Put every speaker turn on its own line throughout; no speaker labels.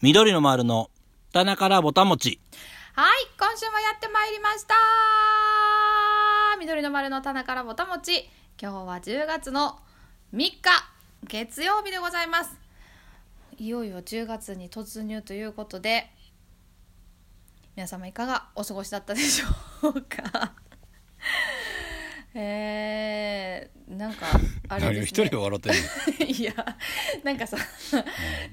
緑の丸の棚からぼたもち。
はい、今週もやってまいりました緑の丸の棚からぼたもち今日は10月の3日月曜日でございますいよいよ10月に突入ということで皆様いかがお過ごしだったでしょうか えー、なんかあれ
何を
で
一
す、ね
人で、笑ってんの
いやなんかさ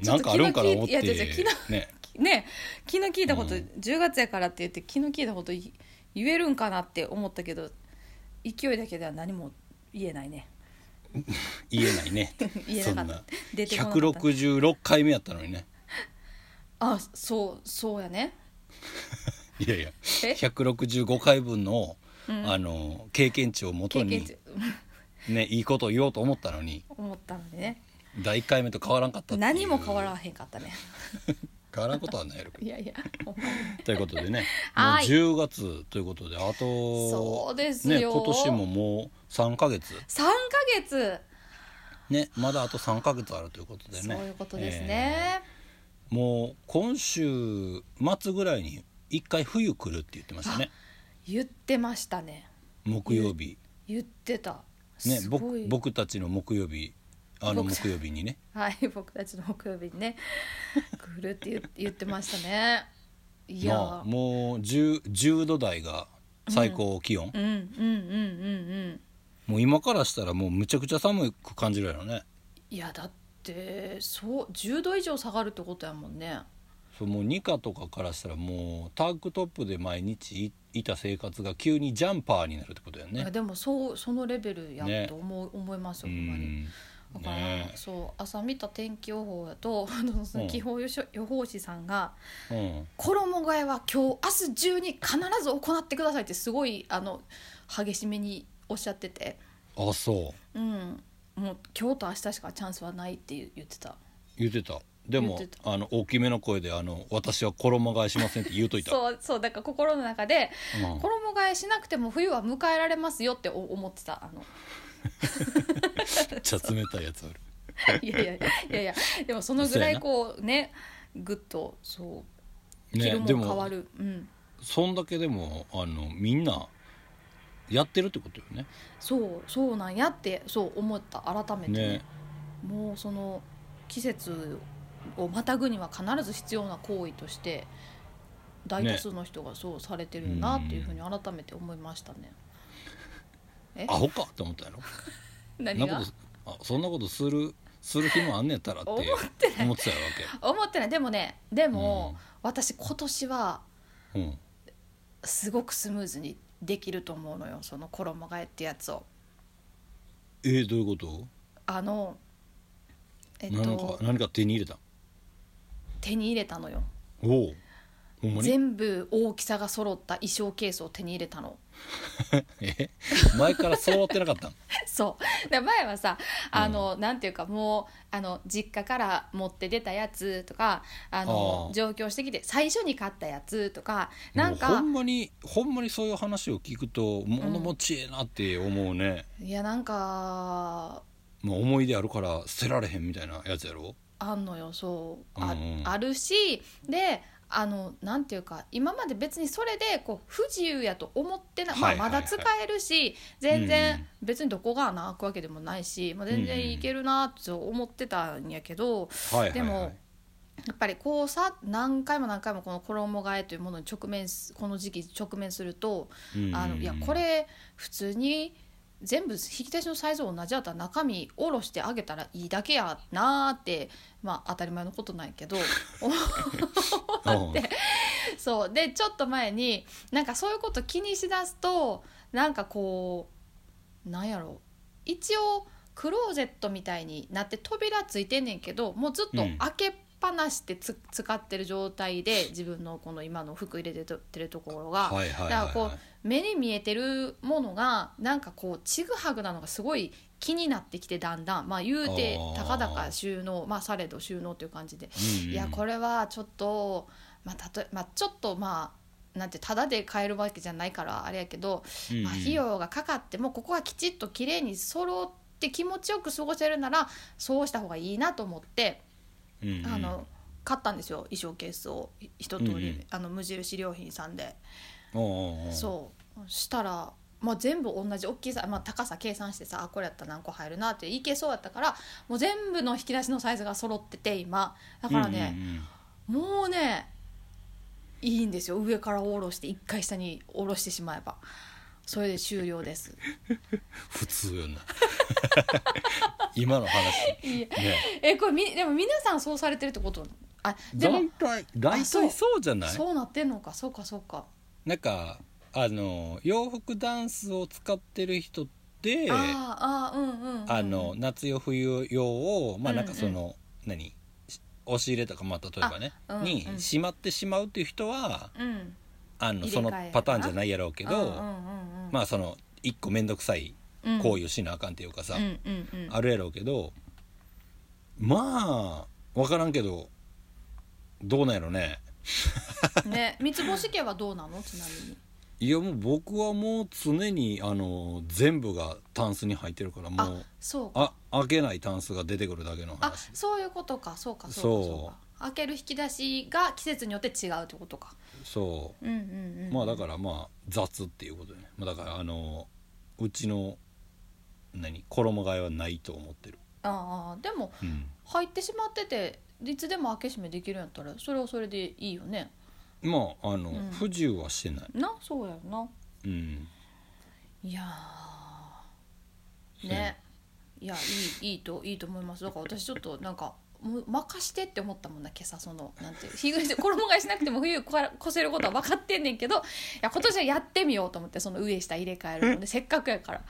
ちょ
な
っ
ん
と
かあるんかな思っ
いや違
て
う違う気の。
ね。
ね気の利いたこと、
うん
10月やからって言って気の利いたことい言えるんかなって思ったけど勢いだけでは何も言えないね
言えないね。
言え
そん
なかっ
な
た。出てこなかった
166回目やったのにね。
あそうそうやね
いやいや。
え
165回分の、
うん
あの、経験値をもと
経験
に
値、
ね、いいことを言おうと思ったのに、
思ったのでね
第1回目と変わらんかったっていう
何も変わらへんかったね
変わらんことはないや ろうけ
いやいやほんまに
どということでね、
はい
もう10月ということで、あと、
そうです
ね、
よ
今年ももう3ヶ月。
3ヶ月
ね、まだあと3ヶ月あるということでね。
そういうことですね、
えーもう今週末ぐらいに一回冬来るって言ってましたね。
言ってましたね
木曜日
言ってた
ね、
すご
僕
い
僕たちの木曜日あの
僕
木曜日にね。
はい、僕たちの木曜日 にね来るって言って言ってましたねいやー、
まあもう 10, 10度台が最高気温、
うんうんうんうんうん
もう今からしたらもうむちゃくちゃ寒く感じるやろね。
いやだってそう10度以上下がるってことやもんね
そうもうニカとかからしたらもうタンクトップで毎日いいた生活が急にジャンパーになるってことや
いや
ね。
でもそうそのレベル
ね
やと思,、う思います
う
よほんまに
ん
だから、
ね
そう朝見た天気予報だ とその気泡予想予報士さんが
うん
「衣替えは今日明日中に必ず行ってください」ってすごいあの激しめにおっしゃってて。
あそう
うん、もう今日と明日しかチャンスはないって言ってた。
言ってたでも
言って
あの大きめの声であの「私は衣替えしません」って言うといた
そうそうだから心の中で
うん
衣替えしなくても冬は迎えられますよってお思ってたあ の
めっちゃ冷たいやつあ る
いやいやいやいやでもそのぐらいこうねぐっとそう着
ね
るも
で
ん変わ
も
る、うん
そんだけでもあのみんなやってるってことよね
そうそうなんやってそう思った改めてね
ね
もうその季節をまたぐには必ず必要な行為として大多数の人がそうされてるなっていうふうに改めて思いましたね。え
アホかって思ったやろそん
何
な
が
ことあそんなことするする暇あんねやったらって
思
思
っ
ってたやわ
思ってないでもねでも、
うん
私今年は
け、うん、
すごくスムーズにできると思うのよその衣替えってやつを。
えー、どういうこと、
あのえっ
何か
と
何か手に入れた
手に入れたのよ
おおほんまに
全部大きさが揃った衣装ケースを手に入れたの。
え前からそうってなかったん
そうで前はさあの、なんていうかもうあの実家から持って出たやつとかあの
あー
上京してきて最初に買ったやつとか
な
なんん
かほ
か
んまにほんまにそういう話を聞くと物持ちええなって思うね、
いやなんか
まあ、思い出あるから捨てられへんみたいなやつやろ
あんのよそうあ,、
うんうん
あるしであのなんていうか今まで別にそれでこう不自由やと思ってな、
はいはいはい
まあ、まだ使えるし全
うんうん
然別にどこが穴開くわけでもないし、まあ、全然いけるなと思ってたんやけど、
はいはいはい
でもやっぱりこうさ何回も何回もこの衣替えというものに直面すこの時期直面すると、あのいやこれ普通に全部引き出しのサイズ同じだったら中身下ろしてあげたらいいだけやなーってまあ当たり前のことなんや けど
あって
そうでちょっと前になんかそういうこと気にしだすとなんかこうなんやろ一応クローゼットみたいになって扉ついてんねんけどもうずっと
うん
開けっぱなしでつ使ってる状態で自分のこの今の服入れてとってるところが、
はいはいはいは
だか
い
らこ目に見えてるものがなんかこうちぐはぐなのがすごい気になってきてだんだんまあ言うて
あー
たかだか収納まあされど収納という感じで
うんうん
いやこれはちょっとまあたとえまあちょっとまあなんてただで買えるわけじゃないからあれやけど、
うんうん
まあ、費用がかかってもここはきちっと綺麗に揃って気持ちよく過ごせるならそうした方がいいなと思って、
うんうん
あの買ったんですよ衣装ケースをい一通り、
うんうん
あの無印良品さんで、
おうおうおう
そうしたら、まあ、全部同じ大きさ、まあ、高さ計算してさあこれやったら何個入るなっていけそうやったからもう全部の引き出しのサイズが揃ってて今だからね、もうねいいんですよ上から下ろして一回下に下ろしてしまえばそれで終了です
普通よな 今の話
いや
ね
えこれみでも皆さんそうされてるってことあでも
大体大
あそう
体そうじゃない
そうなってんのかそうかそうか、
なんかあの洋服ダンスを使ってる人ってあ
あーあーうんうんうん、
の夏用冬用をまあ
うんう
なんんかその、何し押し入れとかまあ例えばね、
あうんうん
にしまってしまうっていう人は
うん
あの
入れ
そ
替え
の
やな
パターンじゃないやろうけど、
うんうんうんうん、
まあその一個面倒くさい
あ
行為をしなあかんっていうかさ、
うんうんうん、
あるやろうけどまあ分からんけどどうなんやろね
ね、三つ星家はどうなのちなみに。
いやもう僕はもう常にあの全部がタンスに入ってるからも
あ
う、
そうか。
あ開けないタンスが出てくるだけの
あ
話、
そういうことか、そうか、そうか、
そう
そうか。開ける引き出しが季節によって違うってことか。
そう
うんうんうん。
まあだからまあ雑っていうことね、まあ、だからあのうちの何衣替えはないと思ってる、
ら。ああ、でも
うん、
入ってしまってて、いつでも開け閉めできるんやったら、それはそれでいいよね。
まああの、
うん
不自由はしてない、
な、そうやよな。
うん、
いやーね、いやいいいいといいと思いますだから私ちょっとなんかもう任してって思ったもんな今朝そのなんていう日暮れて衣替えしなくても冬から越せることは分かってんねんけどいや今年はやってみようと思ってその上下入れ替えるのでせっかくやから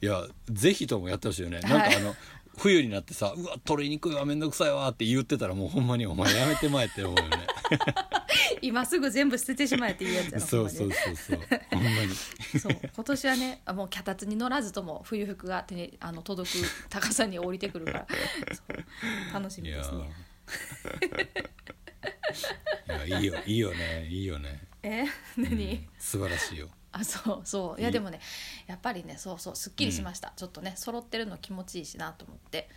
いやぜひともやってほしいよね、
はい
なんかあの冬になってさ「うわ取りにくいわめんどくさいわ」って言ってたらもうほんまにお前やめてまえって思う よね
今すぐ全部捨ててしまえっていうやつやろ
そうそ
ほん
う
ま
そうそうほんまに
にそう今年はねあもう脚立に乗らずとも冬服が手にあの届く高さに降りてくるからそう楽しみ
い
で
や
すね。
ーいやいいよいいよねいいよね、
え
う
何、
ん、素晴らしいよ
あそうそういや
いい
でもねやっぱりねそうそうすっきりしました、ちょっとね揃ってるの気持ちいいしなと思って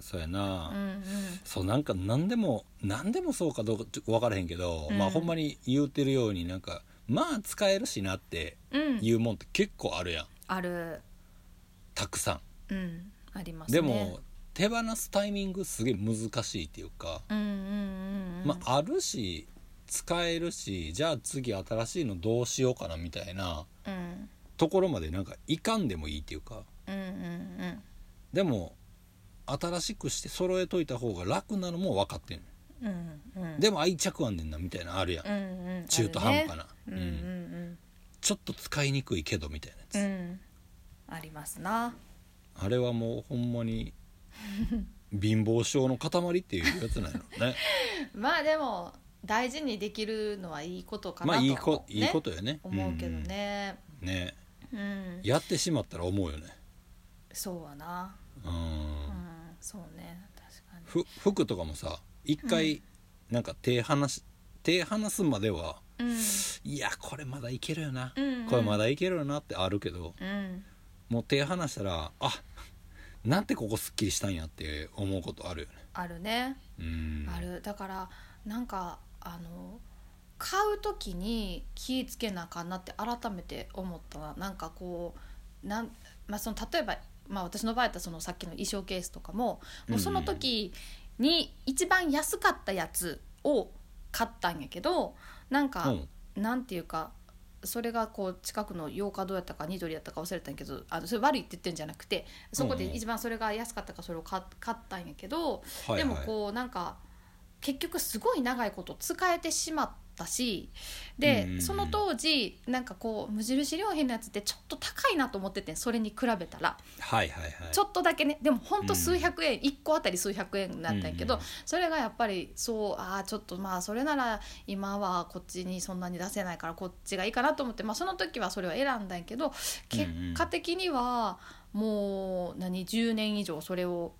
そうやな、
うんうん
そうなんか何でも何でもそうかどうかちょっと分からへんけど、
うん
まあほんまに言うてるようになんかまあ使えるしなって
うん
いうもんって結構あるやん
ある
たくさん
うんありますね
でも手放すタイミングすげえ難しいっていうか、
うんうんうんうん
まああるし使えるしじゃあ次新しいのどうしようかなみたいな
うん
ところまでなんかいかんでもいいっていうか
うんうん
でも新しくして揃えといた方が楽なのも分かってん
うんうんうん
でも愛着あんねんなみたいなのあるやん、
うんうん
中途半
あ
端
るね
な、
うん
う
うんん
ちょっと使いにくいけどみたいなやつ、
うんうんありますな
あれはもうほんま に貧乏症の塊っていうやつなの ね
まあでも大事にできるのはいいことかな
まあ
とは、
い
ね
いこいいことよね
思うけど、ね
うんね
うん
やってしまったら思うよね
そうはな
うん、
うんそうね確かに
ふ服とかもさ一回なんか手離し、手離すまでは
うん
いやこれまだいけるよな、
うんうん
これまだいけるよなってあるけど
うん
もう手離したらあなんてここすっきりしたんやって思うことあるよね
あるね、
うん
あるだからなんかあの買う時に気ぃつけなあかんなって改めて思ったななんかこうなん、まあ、その例えば、まあ、私の場合だったらそのさっきの衣装ケースとかも
うん
もうその時に一番安かったやつを買ったんやけどなんか、
うん
なんていうかそれがこう近くの洋華堂やったかニトリやったか忘れたんやけどあのそれ悪いって言ってんじゃなくてそこで
うんうん
一番それが安かったからそれを買買ったんやけど、
はいはい
でもこうなんか結局すごい長いこと使えてしまったしで、
うんうんうん
その当時なんかこう無印良品のやつってちょっと高いなと思っててそれに比べたら、
はいはいはい
ちょっとだけねでもほんと数百円、1個あたり数百円だったんやけど、
うんうん
それがやっぱりそうああちょっとまあそれなら今はこっちにそんなに出せないからこっちがいいかなと思って、まあ、その時はそれを選んだんやけど結果的にはもう何10年以上それを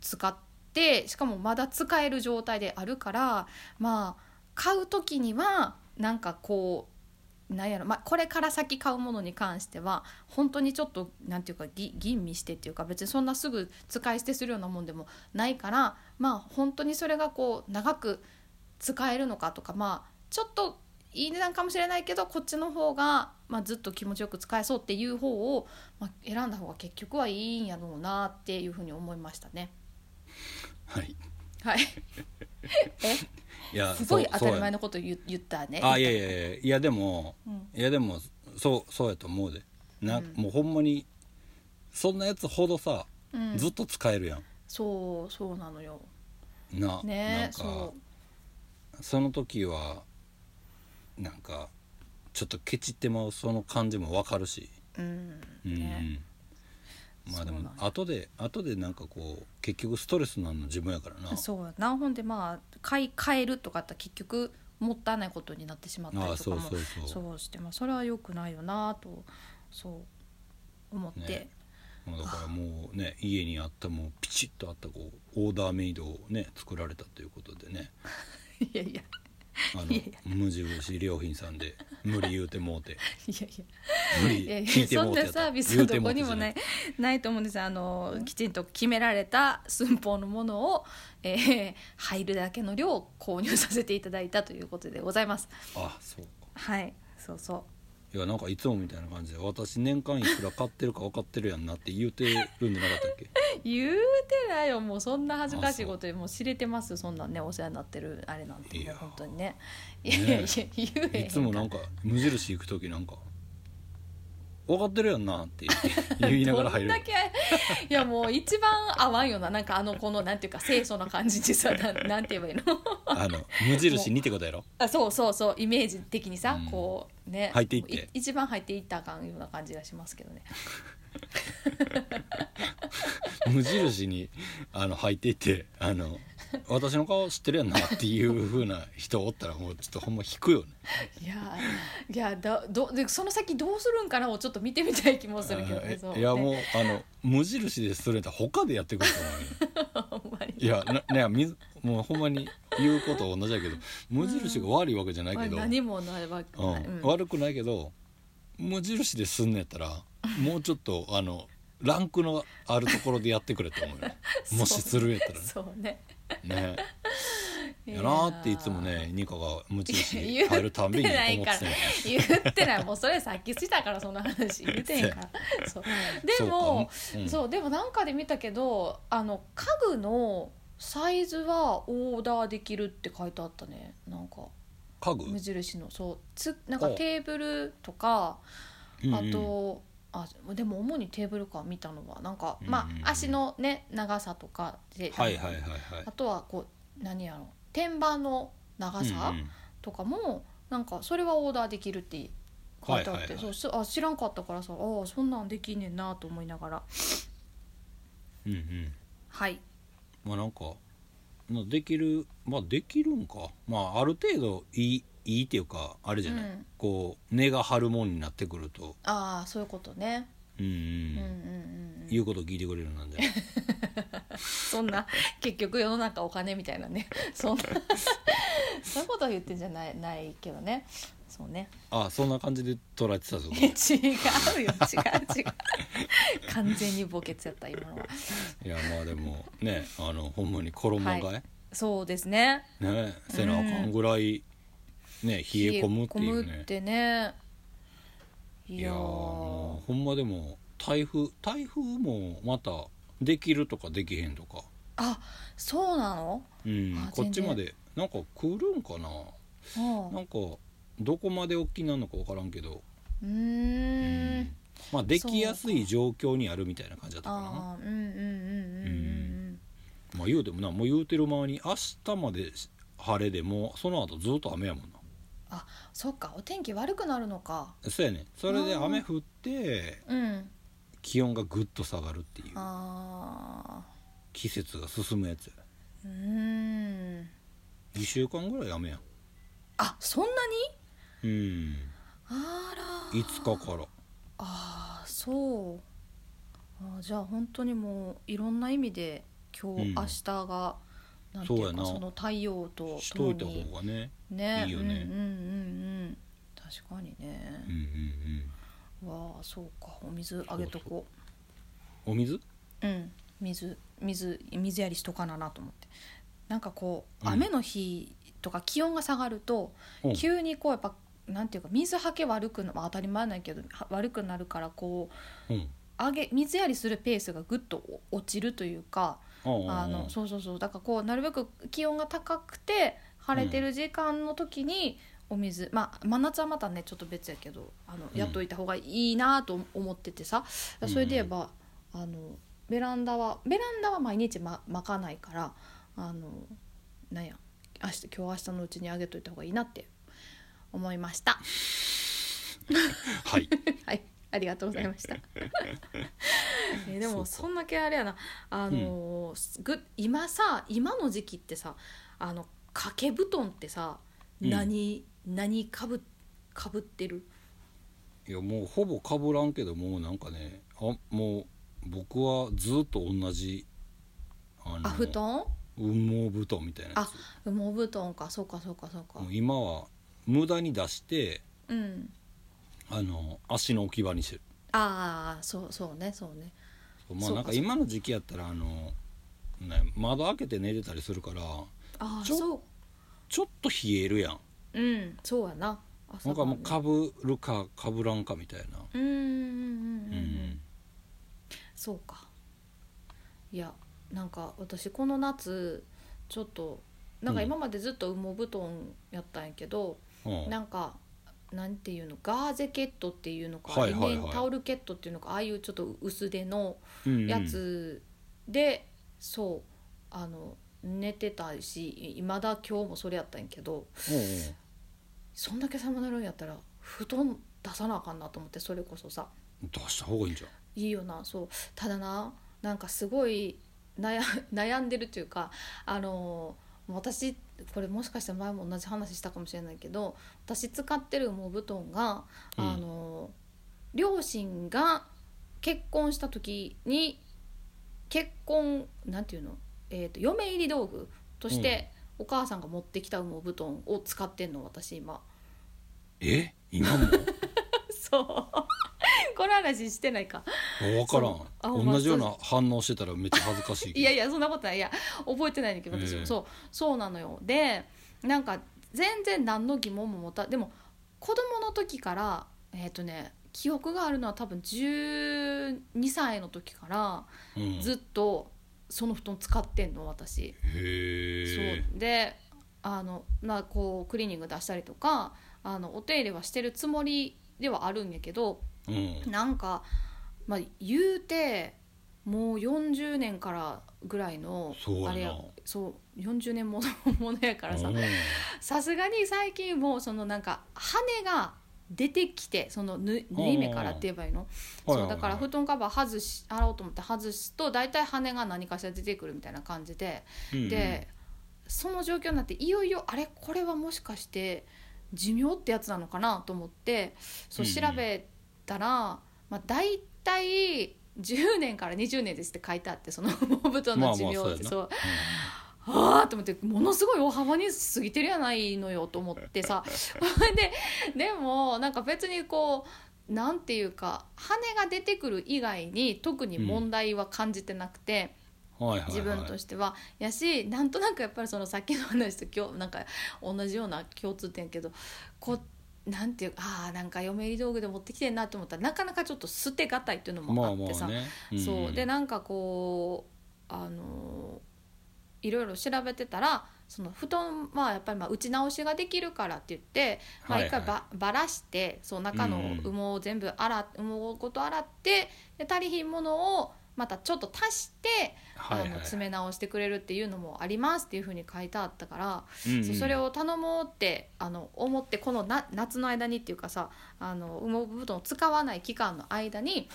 使ってしかもまだ使える状態であるからまあ買う時にはなんかこうなんやろ、まあ、これから先買うものに関しては本当にちょっとなんていうかぎ吟味してっていうか別にそんなすぐ使い捨てするようなもんでもないからまあ本当にそれがこう長く使えるのかとかまあちょっといい値段かもしれないけどこっちの方が、まあ、ずっと気持ちよく使えそうっていう方を、まあ、選んだ方が結局はいいんやろうなっていうふうに思いましたね。
はい
はい、
いや
すごい
そう
当たり前
そう
のこと言言ったね。
やあいやいやいやいやでも
うん
いやでもそうそうやと思うでな、
うん
もうほんまにそんなやつほどさ、
うん
ずっと使えるやん
そうそうなのよ。
な,、な
ね
んか
そ
その時はなんかちょっとケチってまうその感じもわかるし、
う。うん。
うん
ね。
まあで
そう
も
なんや
後で後でなんかこう結局ストレスなんの自分やからな
そうやなほんでまあ買い替えるとかって結局もったいないことになってしまったり
ああ
とか
そう
も
そうそう
そうしてまあそれは良くないよなとそう思って、
ねもうだからもうね家にあったもうピチッとあったこうオーダーメイドをね作られたということでね
いやいや
あの
いやい
無印良品さんで無理言うてもうて
いやいや
無
いや
理
い
聞
や
いて
そ
も
ん
うて
な
やった
サービス
言
は
うて
どこ
うて
に
じ
も
ゃ
な
ない
ないと思うんですあのきちんと決められた寸法のものを、えー入るだけの量を購入させていただいたということでございます
あそうか
はいそうそ
いやなんかいつもみたいな感じで私年間いくら買ってるか分かってるやんなって言うてるんじゃなかった っけ
う言うてないよもうそんな恥ずかしいことでもう知れてますよそんなんねお世話になってるあれなんて
い
も
や
う本当にねいやいやいや言えへん
いつもなんか無印行く時なんか「分かってるやんな」って言い言いながら入る
どんだけいやもう一番合わんよななんかあのこのなんていうか清楚な感じでさなんなんて言えばいいの
あの無印にってことやろ
あそうそうそうイメージ的にさ、
うん
こうね
入っていって
一番入っていったらあかんような感じがしますけどね
無印にあの入っていってあの「私の顔知ってるやんな」っていうふうな人おったらもうちょっとほんま引くよね
いやいやだどでその先どうするんかなをちょっと見てみたい気もするけどねそう
いや
ね
もうあの無印でそれやったら他でやってくると思うよ
ほんまに
いやなねみもうほんまに言うことは同じやけど無印が悪いわけじゃないけど、
まあ何もないわけない、
うん
うん
悪くないけど無印ですんのやったらもうちょっとあのランクのあるところでやってくれと思うよ
そう
もしするやったら
そうね
ねやなーっていつもねニカが無 印に入るたんびに思ってたんや
言ってないもうそれさっきしたからそんな話言うてへんから そうでも
そ
そうう,、
かうん
でもなんかで見たけどあの家具のサイズはオーダーできるって書いてあったねなんか
家具
無印のそうつなんか
お
テーブルとかあ
うんうん
と、あでも主にテーブルか見たのはなんか、
う
ま
んうんうん
あ足のね長さとかで、
はいはいはいはい
あとはこう何やろ天板の長さ、
うんうん
とかもなんかそれはオーダーできるって書いてあって、
はいはいはい
そうしあ知らんかったからさああそんなんできんねんなと思いながら
うんうん
はい
まあなんかまあできるまあできるんかまあある程度いいいいっていうかあれじゃない、
うん
こう根が張るもんになってくると
ああそういうことね、
うんう
うん
ん、
うんうんうん
言うこと聞いてくれるようになん じゃない
そんな 結局世の中お金みたいなね そんなそういうことは言ってんじゃないないけどねそうね
あそんな感じで捉えて たぞ
いや違うよ違う違う 完全に墓穴やった今のはい
やまあでもねあのほんまに衣替え、
はそうですね
ねせなあかんぐらい、ね冷え込むってい
冷え
う
込む
ね
ってねい
い
や
やー
ー
もうほんまでも台風台風もまたできるとかできへんとか、
あそうなの
うん
あ、
こっち
全然
までなんか来るんかな
うん
なんかどこまで大きなのか分からんけど、
うーん。
まあできやすい状況にあるみたいな感じだったかな
ああ、うんうんうんうんうんうん。
まあ言うてもなもう言うてる間に明日まで晴れでもうその後ずっと雨やもんな
そっか、お天気悪くなるのか。
そうやねそれで
あー
雨降って
うん。
気温がぐっと下がるっていう
ああ。
季節が進むやつや
うーん。
2週間ぐらい雨やん
あ、そんな
う
に。
ん
あら。
5日から
ああ、そう。あーじゃあ、本当にもう、いろんな意味で、今日、
うん
明日が。なんてい
そうや
う
な
か、その太陽と。
しといた
ともに
方がね
ね。
いいよね
うんうんうんうん。確かに
うんう
ね。
んうん
わあ、そうか、お水あげとこう。
お水
うん、水水水やりしとかななと思ってなんかこう
うん
雨の日とか気温が下がると
うん
急にこうやっぱなんていうか水はけ悪くな、まあ、当たり前なんやけどは悪くなるからこう
うん
上げ水やりするペースがぐっとお落ちるというかあ
あ
のそうそうそうだからこうなるべく気温が高くて晴れてる時間の時にお水、まあ真夏はまたねちょっと別やけどあの
うん
やっといた方がいいなと思っててさ、
うん
それで言えばあのベランダはベランダは毎日ま巻かないからあのなんや明日今日明日のうちにあげといた方がいいなって思いました。
はい
はい、ありがとうございま した。えで
そう
も
か
そんだけあれやな、あのーぐ今さ今の時期ってさあの掛け布団ってさ、
うん
何何かぶかぶってる？
いやもうほぼかぶらんけどもうなんかねあもう僕はずっと同じあ
あ布団？
羽毛布団みたいなや
あ羽毛布団か、そうかそうかそう
つ
か
も。う今は無駄に出して
うん。
あの足の置き場にしてる
ああそうそうねそうね。
まあ
そうか
なんか
そう
今の時期やったらあの、ね、窓開けて寝てたりするから
ああ
ちょ
そう。
ちょっと冷えるやん
うんそうやな。朝
なんかもう
晩
かぶるかかぶらんかみたいな
うんうんうんう
う、
ん。うんんそうかいやなんか私この夏ちょっとなんか
うん
今までずっと羽毛布団やったんやけど、
うん
なんかなんていうのガーゼケットっていうのか、
はいはいはい
リネンタオルケットっていうのかああいうちょっと薄手の
うんうん
やつで、そうあの寝てたしまだ今日もそれやったんやけど
うんうん
そんだけ寒なるんやったら布団出さなあかんなと思ってそれこそさ
出した方がいいんじゃん
いいよなそうただななんかすごい悩 悩んでるというかあの私これもしかしたら前も同じ話したかもしれないけど私使ってる羽毛布団が、
うん
あの両親が結婚した時に結婚なんていうの、えー、と嫁入り道具として、お母さんが持ってきた羽毛布団を使ってんの私今
え今 も
そう この話してないか
分
そうあ
から
ほん
ん
ま
同じような反応してたらめっちゃ恥ずかしいけど
いやいやそんなことないいや覚えてないんだけど私も、
ええ
そうそうなのよでなんか全然何の疑問も持たでも子供の時からえっ、とね記憶があるのは多分12歳の時から
うん
ずっとその布団使ってんの私、
へえ
そうであのまあこうクリーニング出したりとかあのお手入れはしてるつもりではあるんやけど
うん
なんか、まあ、言うてもう40年からぐらいの
そうやな
あれやそう40年ものものやからさ
うん
さすがに最近もうそのなんか羽が出てきてその縫い縫い目からって言えばいいの
はい
そ
は
う
い
だから布団カバー外し洗おうと思って外すと大体羽が何かしら出てくるみたいな感じで、
うんうん
でその状況になっていよいよあれこれはもしかして寿命ってやつなのかなと思ってそう
うんう
調
ん
べたら、まあ、大体10年から20年ですって書いてあってその 羽毛布団
まあま
の
あ
寿命っ
そうや
て、
な
そうああと思ってものすごい大幅に過ぎてるやないのよと思ってさほんででもなんか別にこうなんていうか羽が出てくる以外に特に問題は感じてなくて。
はいはいはい
自分としては、やしなんとなくやっぱりそのさっきの話と今日なんか同じような共通点やけどこうなんていうああなんか嫁入り道具で持ってきてんなと思ったらなかなかちょっと捨てがたいっていうのも
ま
あ
あ
っ
ま
てさ、
あね
そうで
な
なんかこうあのーいろいろ調べてたらその布団はやっぱりまあ打ち直しができるからって言って、まあ、一回ば,、ばらしてそう中の羽毛を全部洗っ羽毛ごと洗ってで足りひんものをまたちょっと足して
はいはい
あの
はい
詰め直してくれるっていうのもありますっていうふうに書いてあったから、
うん
そううんそれを頼もうってあの思ってこのな夏の間にっていうかさあの羽毛布団を使わない期間の間に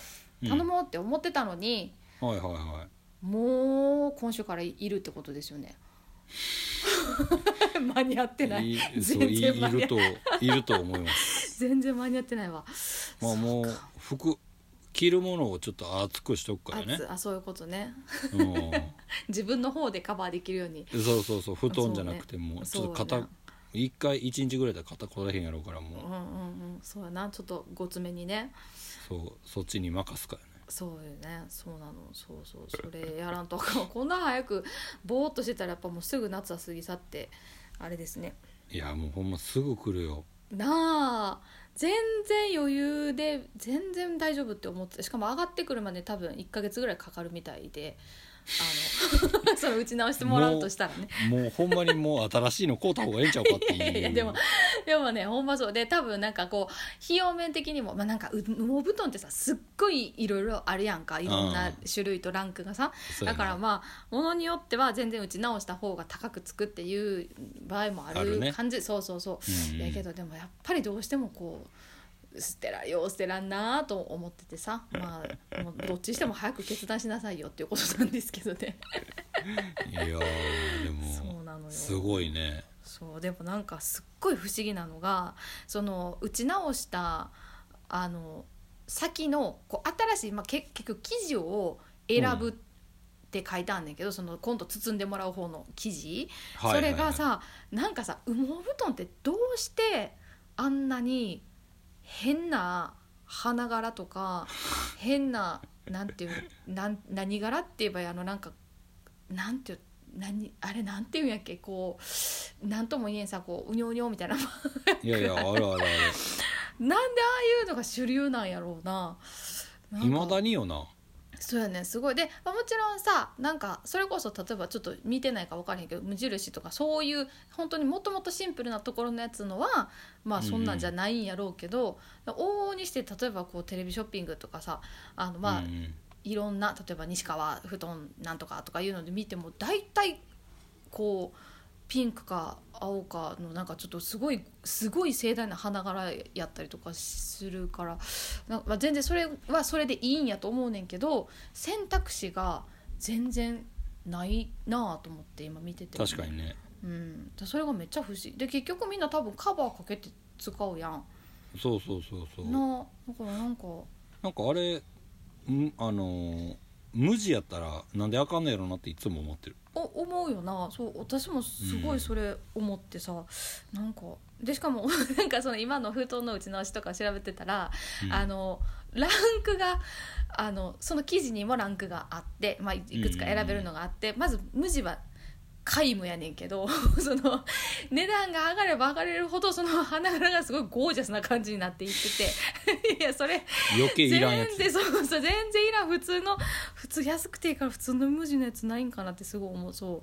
うん
頼もうって思ってたのに、
はいはいはい
もう今週からいるってことですよね。 間に合ってない
いそう
全
い
然間
い
に合
る
って
といると思います。
全然間に合ってないわ。
まあもう服着るものをちょっと厚くしとくからね。
あそういうことね
う
自分の方でカバーできるように
ん、そうそうそう布団じゃなくてもうち
そ
ょ
うね
っと肩
そうね
一回一日ぐらいで肩こらへんやろうからもう
うんうんうんそうやなちょっとごつめにね
そうそっちに任すからね。
そうよねそうなのそうそうそれやらんとあかんこんな早くぼーっとしてたらやっぱもうすぐ夏は過ぎ去ってあれですね
いやもうほんますぐ来るよ
なあ全然余裕で全然大丈夫って思ってたしかも上がってくるまで多分1ヶ月ぐらいかかるみたいであの その打ち直してもらうとしたらね
もうほんまにもう新しいの買うた方がええんちゃうかっていう
いやいやでもでもねほんまそうで多分なんかこう費用面的にも、まあ、なんかう羽毛布団ってさすっごいいろいろあるやんかいろんな種類とランクがさ
そうやな
だからまあものによっては全然打ち直した方が高くつくっていう場合もあ
あるね
る感じそうそうそう
うんうん
やけどでもやっぱりどうしてもこう捨てらよう捨てらんなと思っててさまあもうどっちにしても早く決断しなさいよっていうことなんですけどね
いやーで
そう
も
なのよ
すごいね
そうでもなんかすっごい不思議なのがその打ち直したあの先のこう新しい、まあ、け結局生地を選ぶって書いてあんねんけど、その今度包んでもらう方の生地、
はいはいはい
それがさなんかさ羽毛布団ってどうしてあんなに変な花柄とか変ななんていうなん何柄って言えばいいあのなんかなんていう何あれなんていうんやっけこうなんとも言えんさこううにょうにょみたいな
いやいやあるあるある
なんでああいうのが主流なんやろうな。なんか
いまだによな
そうやねすごいで、まあもちろんさなんかそれこそ例えばちょっと見てないか分からへんけど無印とかそういう本当にもともとシンプルなところのやつのはまあそんなんじゃないんやろうけど、往々にして例えばこうテレビショッピングとかさあのまあ、
うんうん
いろんな例えば西川布団なんとかとかいうので見ても大体こうピンクか青かのなんかちょっとすごいすごい盛大な花柄やったりとかするからなんかまあ全然それはそれでいいんやと思うねんけど選択肢が全然ないなぁと思って今見てて、
確かにね
うん、だそれがめっちゃ不思議で結局みんな多分カバーかけて使うやん
そうそうそうそう
なあだからなんか
なんかあれんあのー無地やったらなんであかんのやろなっていつも思ってる
お思うよなそう私もすごいそれ思ってさ、なんかでしかも なんかその今の封筒の打ち直しとか調べてたら、
うん
あのランクがあのその記事にもランクがあって、まあ、いいくつか選べるのがあって、まず無地は皆無やねんけど その値段が上がれば上がれるほどその花柄がすごいゴージャスな感じになっていって ていやそれ
余計いらんや
全
つ
然そうそう全然いらん普通の普通安くていいから普通の無地のやつないんかなってすごい思うそ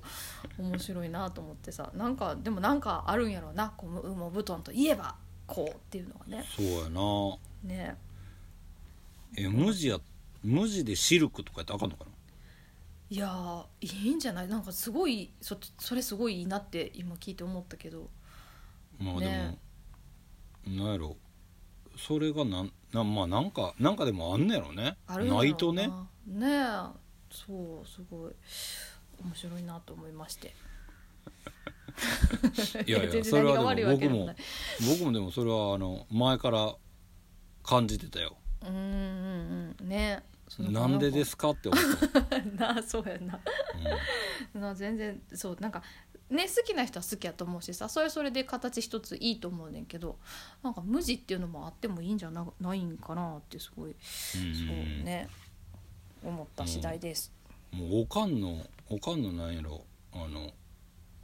う面白いなと思ってさなんかでもなんかあるんやろうなこう羽毛布団といえばこうっていうのがね
そうやな
ね
え無地や無地でシルクとかやったらあかんのかない
やーいいんじゃないなんかすごいそそれすごいいいなって今聞いて思ったけど
まあでも、
ね
なんやろそれがなんなまあなんかなんかでもあんねやろね
あるんやろ
な
う
いと ね
ねえそうすごい面白いなと思いまして
いや
いや
いや
全然
それは
何
で
が
も
悪
僕
いわけでも
も
ない
僕もでもそれはあの前から感じてたよ
うんうんうんねその
なんでですかって思った、
なあそうやな
う
な全然そうなんかね好きな人は好きやと思うしさそれそれで形一ついいと思うねんけどなんか無地っていうのもあってもいいんじゃなないんかなってすごい
ん
そう
うん
ね思った次第です。
もうおかんのおかんのなんやろあの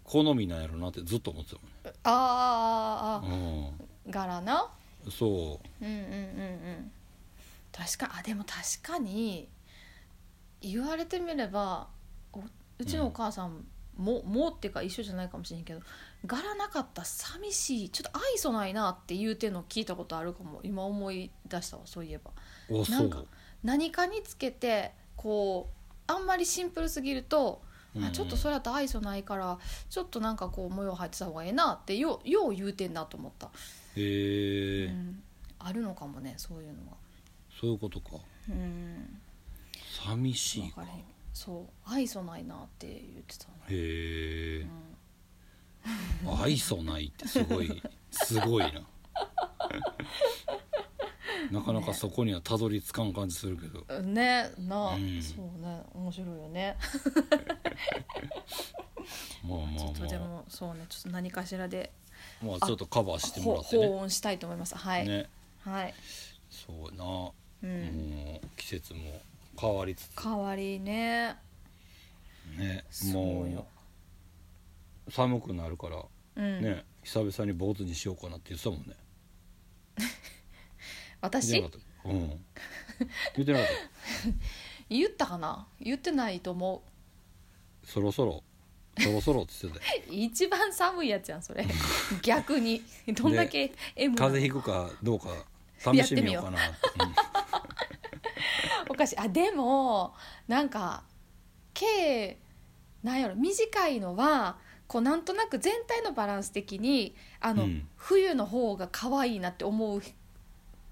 好みなんやろなってずっと思って
あ
た
ーあーあーあ
もんね、
ー柄な
うん、そ
うんうんうんうん確かあでも確かに言われてみればおうちのお母さんも、もうっていうか一緒じゃないかもしれんけど柄なかった寂しいちょっと愛想ないなって言うてんの聞いたことあるかも今思い出したわそういえば
うお
な
そ
ん
う
か何かにつけてこうあんまりシンプルすぎると、
うんう
あ
ん
ちょっとそれだと愛想ないからちょっとなんかこう模様入ってた方がええなってようよう言うてんなと思った、
へえ、
うん、あるのかもねそういうのは。
そういうことか
うん
寂しい
分
か
かれへんそう愛想ないなって言ってたの、
へえ
うん
愛想ないってすごいすご いななかなかそこにはたどり着かん感じするけど
ねなあ、
うん
そうね面白いよね
まあま
ちょっとで
あま
もそうねちょっと何かしらで
あまあちょっとカバーしても
ほ
らってね
保温したいと思いますはい、
ね
はい、
そうなも
うん
う季節も変わりつつ
代わりね
ね
そうよ
もう寒くなるから
うん、
ね久々に坊主にしようかなって言ってたもんね言って
私
なかったうん 言ってなかっ
言ったかな言ってないと思
たそろそろそろそろって言ってた よ
う一番寒いやつやんそれ 逆にどんだけ M なの
風邪ひくかどうか試してみようかな
おかしいあでもなんか毛なんやろ短いのはこうなんとなく全体のバランス的にあの、
うん
冬の方が可愛いなって思う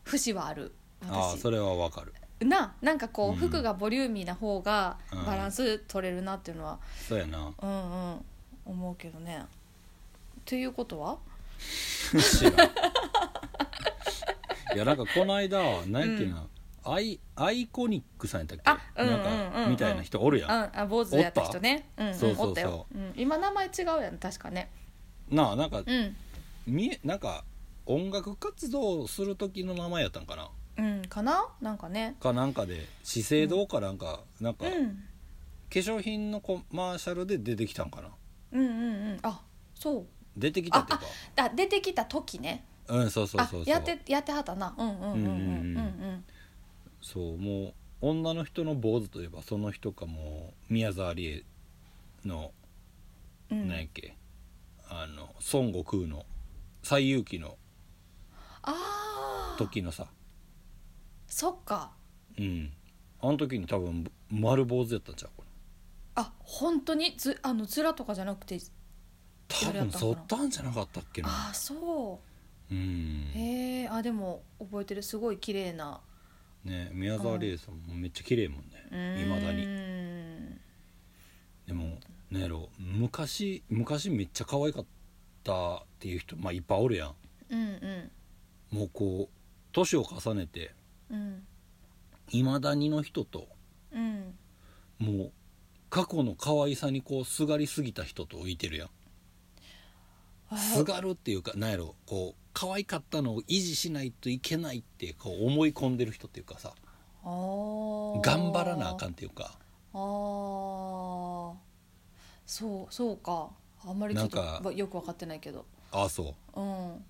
節はある
うんああ
私
それはわかる
ななんかこう、
うん
服がボリューミーな方が
うん
バランス取れるなっていうのは
そうやな
うんうん思うけどね。ということは
知らんいやなんかこの間何やっけな、アイアイコニックさんやったっけ
あうんうんうんうん
なんかみたいな人おるやん、
ああ坊主やった人ねうんうん
そうそうそう
おったよ、うん、今名前違うやん確かね
なあなんか
うん
みえなんか音楽活動する時の名前やったんかな
うんかななんかね
かなんかで資生堂かなんか、なんか
う
化
ん
粧品のコマーシャルで出てきたんかな
うんうんうんあそう
出てきたっていうか
あ出てきた時ね
うんそうそうそうそう
あやってやってはったなうんうんうんうんうん
うんうん
うん
そうもう女の人の坊主といえばその人かもう宮沢りえの
う
何やっ
ん
け、あの孫悟空の西遊記の
あー
時のさ
そっか
うんあの時に多分丸坊主やったんちゃうかな
あ本当にずあの面とかじゃなくて
多
それやっ
分
たんかな
剃ったんじゃなかったっけな
ああそう
うん
へえあでも覚えてるすごい綺麗な
ね宮沢りえさんもめっちゃ綺麗もんねいまだ
う
に
ーん
でもねやろ昔昔めっちゃ可愛かったっていう人まあいっぱいおるやん
うん
もうこう年を重ねて
うんうん
いまだにの人と
うん
もう過去の可愛さにこうすがりすぎた人といてるやん
あ
すがるっていうかなんやろこう可愛かったのを維持しないといけないってこう思い込んでる人っていうかさ
あー
頑張らなあかんっていうか
あーそうそうかあんまりちょっと
なんか
わよく分かってないけど
ああそ
うん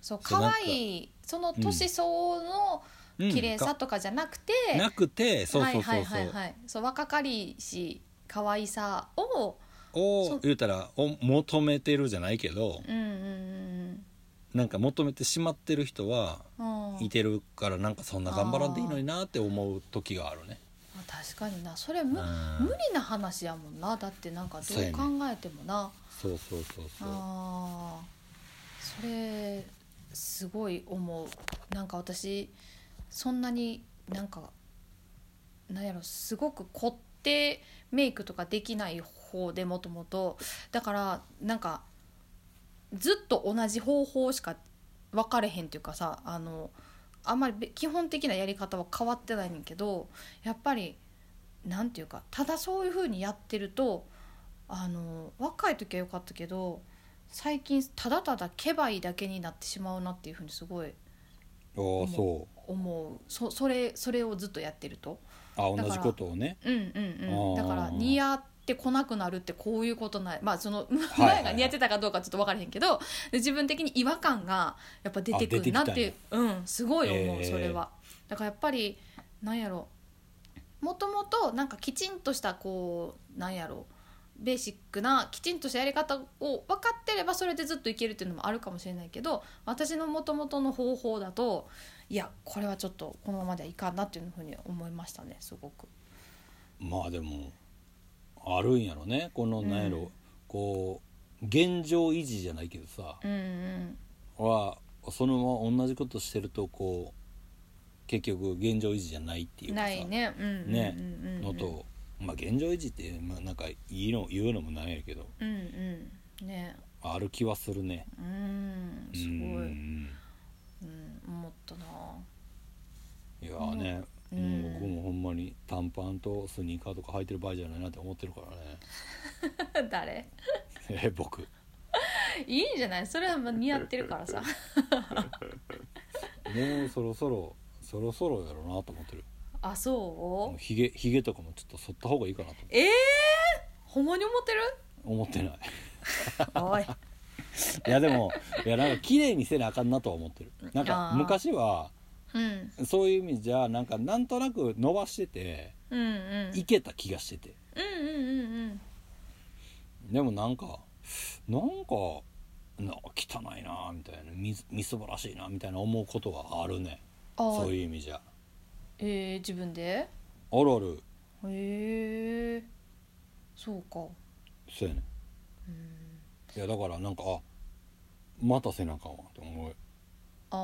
そう
そうなん
可
か
愛いその年相応の
う、うん、
綺麗さとかじゃなくて、
かなくてそうそう
は
そ
いう
そ
はいはいうはいそう若かりし可愛さをそ
を
う
言うたらお求めてるじゃないけど
うんうん
なんか求めてしまってる人は
うんうん
いてるからなんかそんな頑張らんでいいのになって思う時があるね。
あ確かになそれむ
うん
無理な話やもんなだってなんかど
そうや
う
ね
考えてもな、
そうそうそうそう。
あーそれすごい思うなんか私そんなになんかなんやろすごく凝ってメイクとかできない方でもともとだからなんかずっと同じ方法しか分かれへんっていうかさあのあんまりべ基本的なやり方は変わってないねんけどやっぱりなんていうかただそういう風にやってるとあの若い時は良かったけど最近ただただけばいいだけになってしまうなっていう風にすごい
お
うん
そ
思うそそれそれをずっとやってると
う。あ
だ
同
から
じことをね。
うんうんうんだか
あ
ら
ー
似合ってこなくなるってこういうことないまあその
いはい
前が似合ってたかどうかちょっと分からへんけど、で自分的に違和感がやっぱ出てくるなっていう、うんすごい思う、
えー
それはだからやっぱりなんやろもともとなんかきちんとしたこうなんやろベーシックなきちんとしたやり方を分かってればそれでずっといけるっていうのもあるかもしれないけど私のもともとの方法だといやこれはちょっとこのままではいかんなっていうふうに思いましたねすごく。
まあでもあるんやろねこの
うん
なんやろ、こう現状維持じゃないけどさ
うんうん
はそのまま同じことしてるとこう結局現状維持じゃないっていうかさ
ないね。うんうんうん
ね
うんうん
のと、まあ現状維持って、まあ、なんかいいの言うのもなんやけど
うんうんね
ある気はするね。
うんすご
う
いうん
ん
思ったな。
いやーね、
う
う
ん
ん僕もほんまに短パンとスニーカーとか履いてる場合じゃないなって思ってるからね
誰
え僕
いいんじゃないそれはまあ似合って るからさ
もうそろそろそろそろやろうなと思ってる
あ
も
そうう
ひげひげとかもちょっと剃った方がいいかなと
ええー、ほんまに思ってる
思ってない
おい
いやでもいやなんか綺麗にせなあかんなとは思ってるなんか
あー
昔は
うん
そういう意味じゃなんかなんとなく伸ばしてて
うんうん
いけた気がしてて
うんうんうんうん
でもなんかなんかな汚いなみたいなみみすぼらしいなみたいな思うことはあるね
あ
そう
ー
いう意味じゃ
えー、自分で
あるある
へえー、そうか
そうやね
うん
いやだからなんかあまたせなあかんわって思う
ああ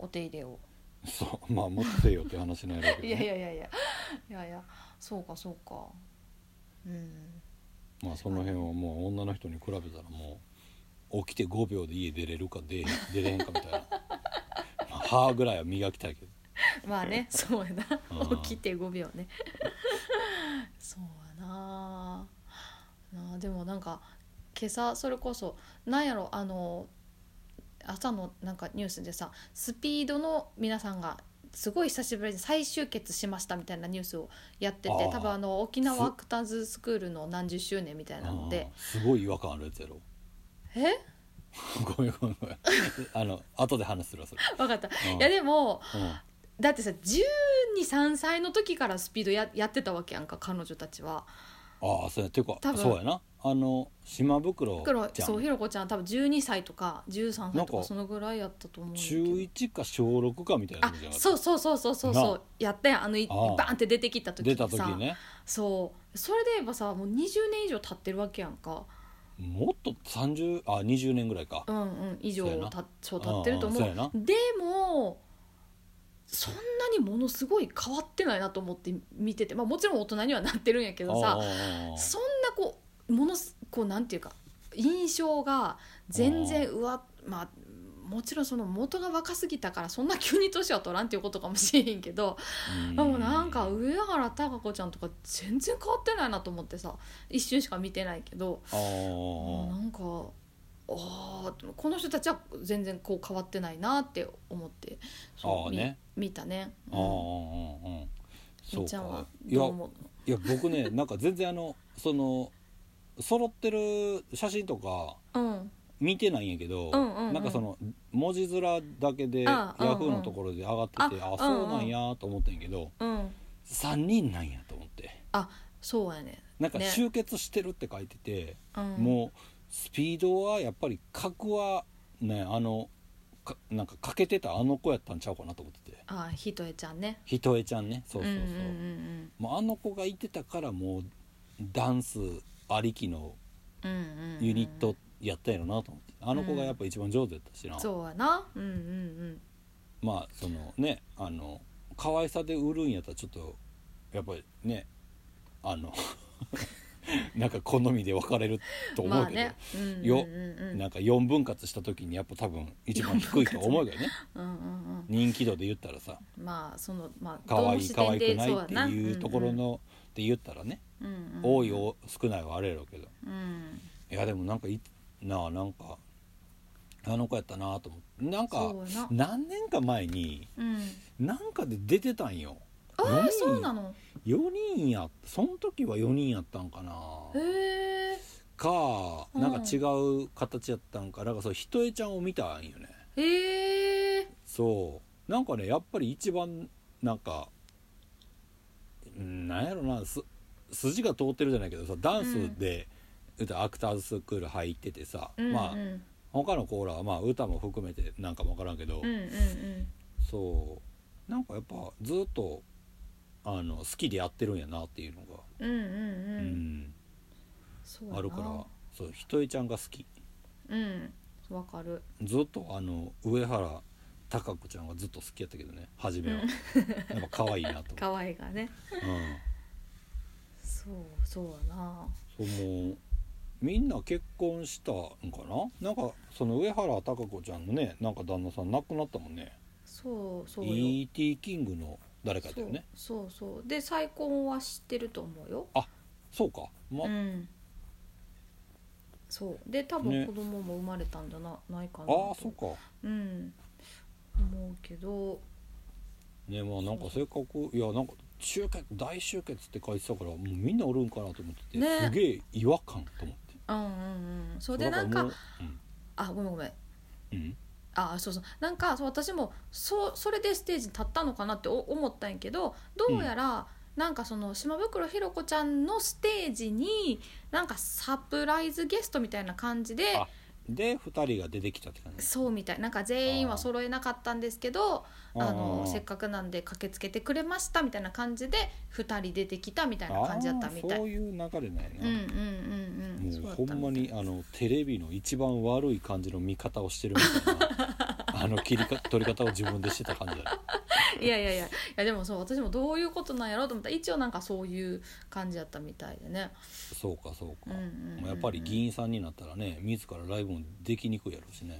お手入れを
そうまあもっとせよって話なんやろうけど、
いやい
ね、
やいやいやいやいやそうかそうかうん
まあその辺はもう女の人に比べたらもう起きて5秒で家出れるか 出へん出れへんかみたいな、まあ、歯ぐらいは磨きたいけど
ま あねそうや
う
なん起きて5秒ね そうやななあでもなんか今朝それこそなんやろあの朝のなんかニュースでさスピードの皆さんがすごい久しぶりに再集結しましたみたいなニュースをやってて
あー
多分あの沖縄アクターズスクールの何十周年みたいなので
あーすごい違和感あるやつやろ
え
ごめんごめんごめんあの後で話するわそれ、
分かったい
うん
やでも
うん
だってさ1 2 3歳の時からスピードややってたわけやんか彼女たちは。
ああそうやていうか
多分
そうやなあの島袋
黒
ちゃ
そうんひろこちゃん多分12歳とか13歳と
なん
か
か
そのぐらいやったと思うんだけ
中
ど
1か小6かみたいな
あ
のじゃなかった
そうそうそうそうそうそ
な
うやったやんあのい
あー
バーンって出てきた時
出
に
た
さ
時ね
そうそれで言えばさもう20年以上経ってるわけやんか
もっと30あ20年ぐらいか、
うんうん以上
そうやな
たそう経ってると思
あーそうやな
うでもそんなにものすごい変わってないなと思って見てて、まあ、もちろん大人にはなってるんやけどさ
あー
そんなこうものすこうなんていうか印象が全然うわまあもちろんその元が若すぎたからそんな急に年は取らんっていうことかもしれへんけどでもなんか上原貴子ちゃんとか全然変わってないなと思ってさ一瞬しか見てないけど
あ
もう
ー
なんかあーこの人たちは全然こう変わってないなって思って
あ
そう
ー
み
ね
見たね。
あーうんうん
うん、
そ
みっ
う
ちゃんは
かいや
どう思うの
いや僕ねなんか全然あの その揃ってる写真とか
うん
見てないんやけど、
うんうんうん
なんかその文字面だけでヤ
あ
フ
うん
ー
うん
のところで上がっててあ
あ
そうなんやと思ったんやけど、
うん
3人なんやと思って
そうやね。
なんか
ね
集結してるって書いてて、
うん、
もうスピードはやっぱり格はねあのかなんか欠けてたあの子やったんちゃうかなと思ってて
あひとえちゃんね
ひとえちゃんねそうそうそう,、
んうんうん
もうあの子がいてたからもうダンスありきの
うんうんうんうん
ユニットやったやろなと思って、あの子がやっぱ一番上手やったしな、
そうやなうんうん
まあそのねあの可愛さで売るんやったらちょっとやっぱりねあ のなんか好みで分かれると
うん
思
ま
う
あ
けど、
ねうんうんうん
よ
うん
なんか4分割した時にやっぱ多分一番低いと思うけどね
うんうん
人気度で言ったらさ
うんまあそのまあ
可愛い
ど
可
の
愛く
視点で
ないって
そ
いうところ
やな
のって言ったらね、
うんうんうん
多いお少ないはあれやろうけど
うん
いやでもなんかいなあなんかあの子やったなあと思ってなんか
そうやな
何年か前に
うん
なんかで出てたんよ
あ
何
ーそうなの
4人やその時は4人やったんかな
へえ
か
うん
なんか違う形やったんかなんかそうひとえちゃんを見たんよね
へえ
そうなんかねやっぱり一番なんかうんなんやろなす筋が通ってるじゃないけどさダンスで、言うたらアクターズスクール入っててさ、
うんうん
まあ
うん
他のコーラはまあ歌も含めてなんかも分からんけど、
うんうん
そうなんかやっぱずっとあの好きでやってるんやなっていうのが、
うんうんう
う
んうん
ん
そうやな
あるからそうひとえちゃんが好き
うんわかる
ずっとあの上原貴子ちゃんがずっと好きやったけどね初めは、
うん
やっぱ可愛いなと 思っ
可愛いがね
て、うん
そうそうやな
そのみんな結婚したんかななんかその上原貴子ちゃんのねなんか旦那さん亡くなったもんね
そうそうよ
E.T. キングの誰かだよね
そうそうそうで再婚は知ってると思うよ、
そうかま
う、んそうで多
ね
分子供も生まれたんじゃな,、ないかな
ああ
と
そうか
うん思うけど
ねまあなんか性格いやなんか集結大集結って書いてたからもうみんなおるんかなと思ってて、
ね
すげえ違和感と思って
うんうんうんそうでなんか
う、うん、
あごめんごめん
うん
あそうそうなんかそう私もそそれでステージに立ったのかなってお思ったんやけどどうやら、なんかその島袋ひろ子ちゃんのステージになんかサプライズゲストみたいな感じで
あで2人が出てきたって感じ
そうみたいなんか全員は揃えなかったんですけどあの
あー
せっかくなんで駆けつけてくれましたみたいな感じで2人出てきたみたいな感じだったみた
あーそ
いう
いう流れなんや
うんうん
な、
うんうん
もう
そ
ほ
うだった
んまにあのテレビの一番悪い感じの見方をしてるみたい なあの切りか取り方を自分でしてた感じだよ
いやいやいやいやでもそう私もどういうことなんやろうと思ったら一応なんかそういう感じだったみたいでね
そうかそう
うん
か、
うんうんうん
まあやっぱり議員さんになったらね自らライブもできにくいやろうしね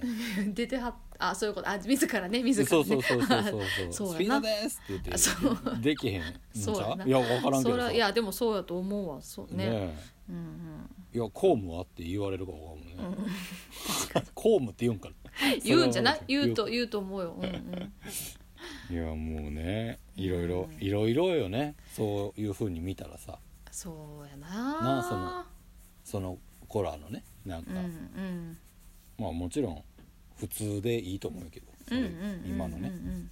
出てはっあそういうことあ自らね自らね
そうそうそうそうそう
そうやな
スピードですって
あそ
言ってできへんんち
そうや
ゃ
な
ういや分からんけど
それ
さ
いやでもそうやと思うわそうね
ね
うんうん
えいや公務はって言われるか分かんないね、公務って言うんかな
言うんじゃない
それは
言うと言うと思うよ、うん うん、
いやもうねいろいろ
うん
いろいろよねそういうふうに見たらさ
そうやな
なあそのそのコラのねなんか、
うんうん
まあもちろん普通でいいと思うけどそ
うん
れ
うんうんうん
今のね
うん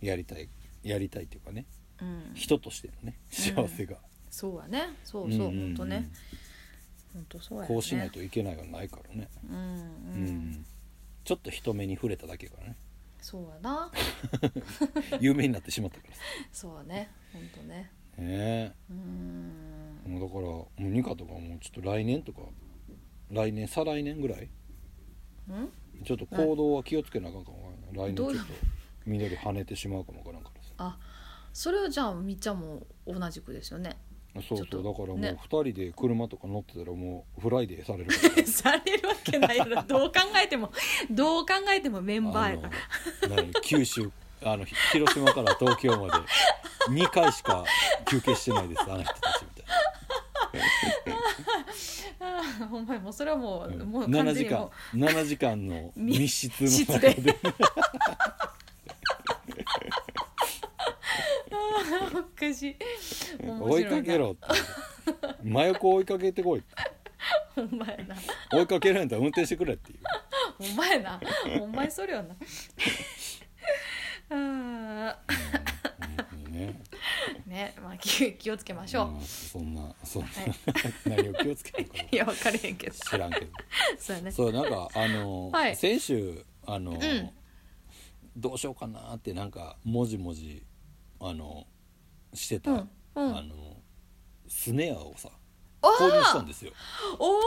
やりたいやりたいっていうかね
うんうん
人としてのね幸せが、
そうやねそう
う
そう
んうんうん
本当ね本当そうやね
こうしないといけないはないからね、
うんうん、
うんちょっと人目に触れただけや からね
そうやな
有名になってしまったからさ
そうやね本当ね
ね
うーん
えもうだからもうニカとかもうちょっと来年とか来年再来年ぐらい
うん
ちょっと行動は気をつけなあかんかもわからんない来
どう
年
な
ちょっと緑跳ねてしまうかもわからんからさ
あそれをじゃあみっちゃんも同じくですよね
そうそう
ちょ
だ
っと
からもう
ね
2人で車とか乗ってたらもうフライデーされるか
されるわけない やろどう考えてもどう考えてもメン
ら
バーやから
あの何九州あのひ広島から東京まで2回しか休憩してないですあの人たちみたいな。
あほんまにもうそれはもう、もう
7
完全
時
に
間
も
7時間 の
み
密室
う
の
質
中
で
で
あ ーおかしい
追いかけろって真横追いかけてこいって
ほんまやな
追いかけられたら運転してくれっていう
ほんまやなほんまにそれよな
本
あ
当にね
ーねまあ気気をつけましょう、
んそんなそんな、 何を気をつけるか
いや分かれへんけど
知らんけど
そうやね
そうなんかあの、
はい
先週あの、
ん
どうしようかなってなんかもじもじあのしてた、
うんうん
あのスネアをさ
お
購入したんですよ。
お